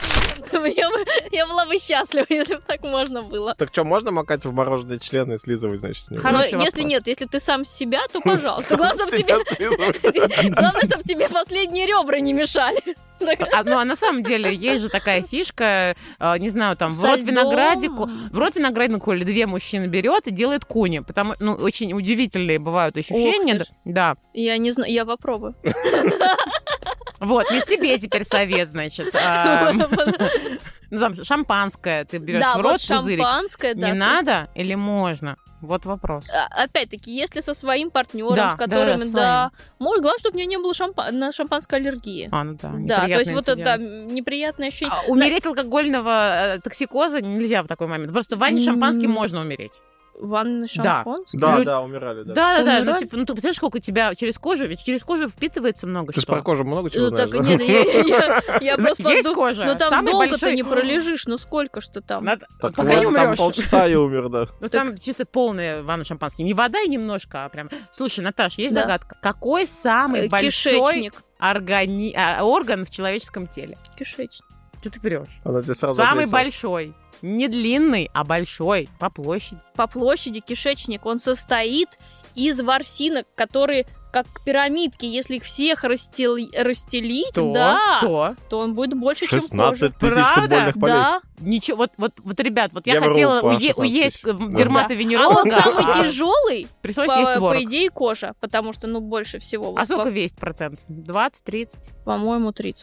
Я, бы- я была бы счастлива, если бы так можно было. Так что, можно макать в мороженое члены и слизывать, значит, с него? Хорошо. Но Хороший если вопрос. Ну, нет, если ты сам себя, то пожалуйста. Сам Главное, чтобы тебе себя слизывать. Главное, чтобы тебе последние ребра не мешали. А, ну, а на самом деле, есть же такая фишка, э, не знаю, там, в Со рот льдом. виноградику, в рот виноградику или две мужчины берет и делает куни. Потому, ну, очень удивительные бывают ощущения. ты ж. Да. Я не знаю, я попробую. Вот, Миш, тебе теперь совет, значит. А, Да, Ну, там, шампанское ты берешь в вот рот, пузырик. шампанское, да. Не надо или можно? Вот вопрос. А, Опять-таки, если со своим партнером, Да, с которым, да, с да. Может, главное, чтобы у меня не было шампа- на шампанской аллергии. А, ну да, Да, то есть неприятный вот это да, инцидент. неприятное ощущение. А умереть алкогольного э, токсикоза нельзя в такой момент. Просто в ванне М. шампанским можно умереть. Ванны А, Да. шампанское? Да, Люди- да, умирали, Да, да. да, да. Ну, Умирать? типа, ну ты представляешь, сколько у тебя через кожу, ведь через кожу впитывается много Ты ж что. про кожу много чего Ну, знаешь, так, да? нет, я- я- я просто... Есть подумала, кожа. Ну там Самый долго большой- ты не пролежишь, ну сколько что там? Надо- Так Пока не вот, там умрешь. полчаса и умер, да. Ну там чисто полная ванна шампанским. Не вода и немножко, а прям. Слушай, Наташ, есть Да. загадка. Какой самый Э, большой Кишечник. органи... а, орган в человеческом теле? Кишечник. Что ты врешь? Она тебе сразу Самый ответила. большой. Не длинный, а большой. По площади. по площади кишечник, он состоит из ворсинок, которые как пирамидки, если их всех растел- расстелить, То, да, то. то. он будет больше, чем 16 кожа. тысяч Правда? футбольных полей. Да. Ничего, вот, вот, вот, ребят, вот я, Я вру, хотела по уе- 16 уесть э, тысяч. Да. дерматы А вот самый а тяжелый, пришлось по, есть творог. по идее, кожа, потому что, ну, больше всего. А Вот, сколько по- весит процент? 20-30? По-моему, 30%.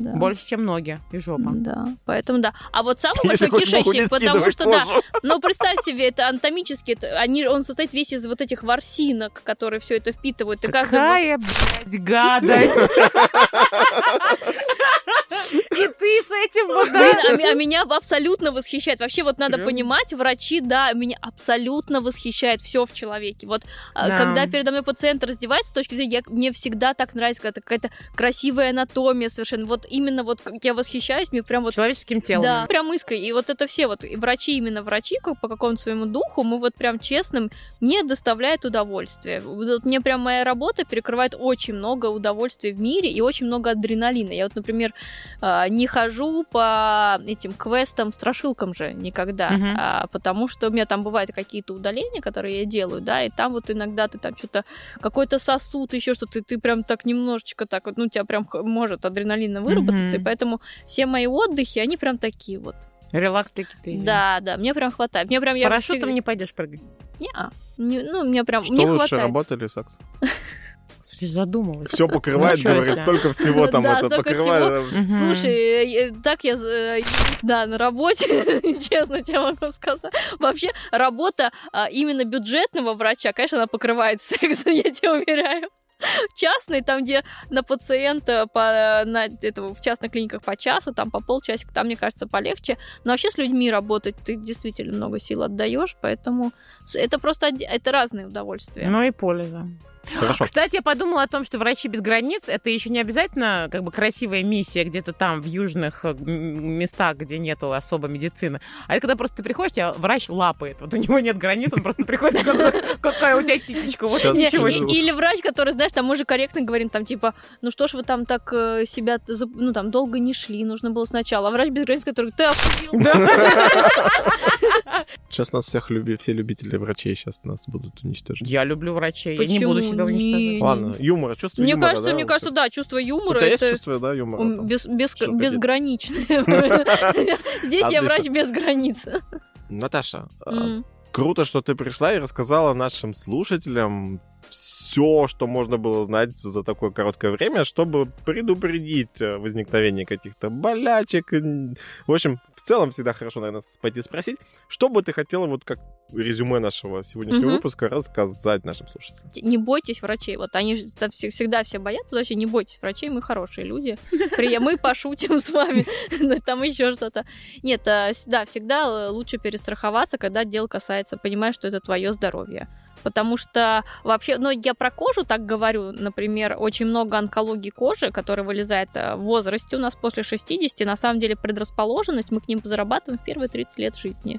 Да. Больше, чем ноги и жопа. Да, поэтому да. А вот самый Если большой хоть могу не кишечник, потому скидывать что, да, кожу. Но представь себе, это анатомически, это они, он состоит весь из вот этих ворсинок, которые все это впитывают. И каждый вот- Какая, блядь, гадость! И ты с этим вот... Блин, да? а, ме- а меня абсолютно восхищает. Вообще, вот надо Серьёзно? понимать, врачи, да, меня абсолютно восхищает все в человеке. Вот а, Да. когда передо мной пациент раздевается, с точки зрения, я- мне всегда так нравится, когда какая-то красивая анатомия совершенно. Вот именно вот как я восхищаюсь, мне прям вот Человеческим телом. да, прям искры. И вот это все вот и врачи, именно врачи, как по какому-то своему духу, мы вот прям честным, мне доставляет удовольствие. Вот мне прям моя работа перекрывает очень много удовольствия в мире и очень много адреналина. Я вот, например, а, не хожу по этим квестам, страшилкам же никогда, Мгм. а, потому что у меня там бывают какие-то удаления, которые я делаю, да, и там вот иногда ты там что-то какой-то сосуд, еще что-то, и ты прям так немножечко так вот, ну, тебя прям х- может адреналина Мгм. выработаться, и поэтому все мои отдыхи, они прям такие вот. Релакс таки ты. Да, да, мне прям хватает. Мне прям С я парашютом всегда- не пойдешь прыгать. Неа. Не- ну, мне прям Что мне лучше, хватает. работа или секс? Слушай, задумалась. Все покрывает, Ничего говорит, себе. столько всего там Да, это столько покрывает. Мгм. Слушай, э, э, так я за- э, да, на работе, честно тебе могу сказать. Вообще, работа а, именно бюджетного врача, конечно, она покрывает секс, я тебе уверяю. Частный, там, где на пациента по, на, этого, в частных клиниках по часу, там по полчасика, там, мне кажется, полегче. Но вообще с людьми работать ты действительно много сил отдаешь, поэтому с- это просто оде- это разные удовольствия. Ну и польза. Хорошо. Кстати, я подумала о том, что врачи без границ это еще не обязательно как бы красивая миссия где-то там в южных э, м, местах, где нету особо медицины. А это когда просто ты приходишь, тебя врач лапает. Вот у него нет границ, он просто приходит, какой- какая у тебя титечка, вот Щас Не, ничего слышу. себе. себе. и- или врач, который, знаешь, там уже корректно говорит, там типа, ну что ж вы там так э, себя, за- ну там долго не шли, нужно было сначала. А врач без границ, который, ты охуел. Сейчас нас всех люби, все любители врачей сейчас нас будут уничтожить. Я люблю врачей, я не Почему буду себя не? уничтожать. Ладно, юмора, чувство Мне юмора, кажется, да, мне вот кажется, это. да, чувство У юмора тебя есть это чувство, да, юмора? ум, там? без, без, Что, какие-то? безграничное. Здесь я Отлично. врач без границ. Наташа, а, М. круто, что ты пришла и рассказала нашим слушателям все, что можно было знать за такое короткое время, чтобы предупредить э, возникновение каких-то болячек. Н- В общем, в целом всегда хорошо, наверное, с- пойти спросить, что бы ты хотела вот как резюме нашего сегодняшнего Мгм. выпуска рассказать нашим слушателям. Не бойтесь врачей. Вот они же там все- всегда все боятся. Вообще не бойтесь врачей, мы хорошие люди. При- Мы пошутим с вами. Ну, Там еще что-то. Нет, а, с- да, всегда э, лучше перестраховаться, когда дело касается, понимаешь, что это твое здоровье. Потому что вообще, ну, я про кожу так говорю, например, очень много онкологии кожи, которая вылезает э, в возрасте у нас после 60, на самом деле предрасположенность, мы к ним зарабатываем в первые 30 лет жизни.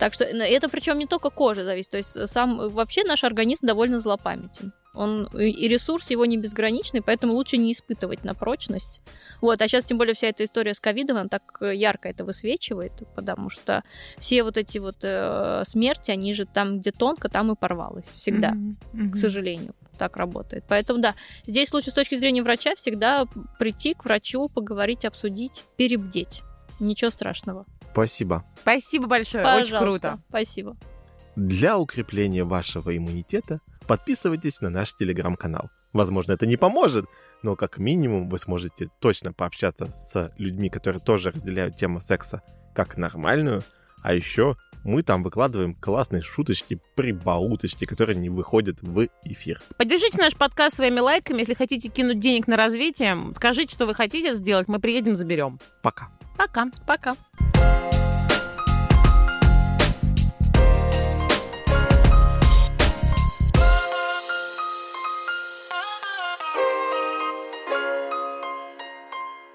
Так что ну, это причем не только кожа зависит, то есть э, сам вообще наш организм довольно злопамятен. Он и- и ресурс его не безграничный, поэтому лучше не испытывать на прочность. Вот, а сейчас тем более вся эта история с ковидом, она так э, ярко это высвечивает, потому что все вот эти вот э, смерти, они же там где тонко, там и порвалось всегда Мгм, мгм. к сожалению, так работает. Поэтому да, здесь лучше с точки зрения врача всегда прийти к врачу, поговорить, обсудить, перебдеть. Ничего страшного. Спасибо. Спасибо большое, очень Пожалуйста. круто. Спасибо. Для укрепления вашего иммунитета подписывайтесь на наш телеграм-канал. Возможно, это не поможет, но как минимум вы сможете точно пообщаться с людьми, которые тоже разделяют тему секса как нормальную. А еще мы там выкладываем классные шуточки, прибауточки, которые не выходят в эфир. Поддержите наш подкаст своими лайками. Если хотите кинуть денег на развитие, скажите, что вы хотите сделать. Мы приедем, заберем. Пока. Пока. Пока.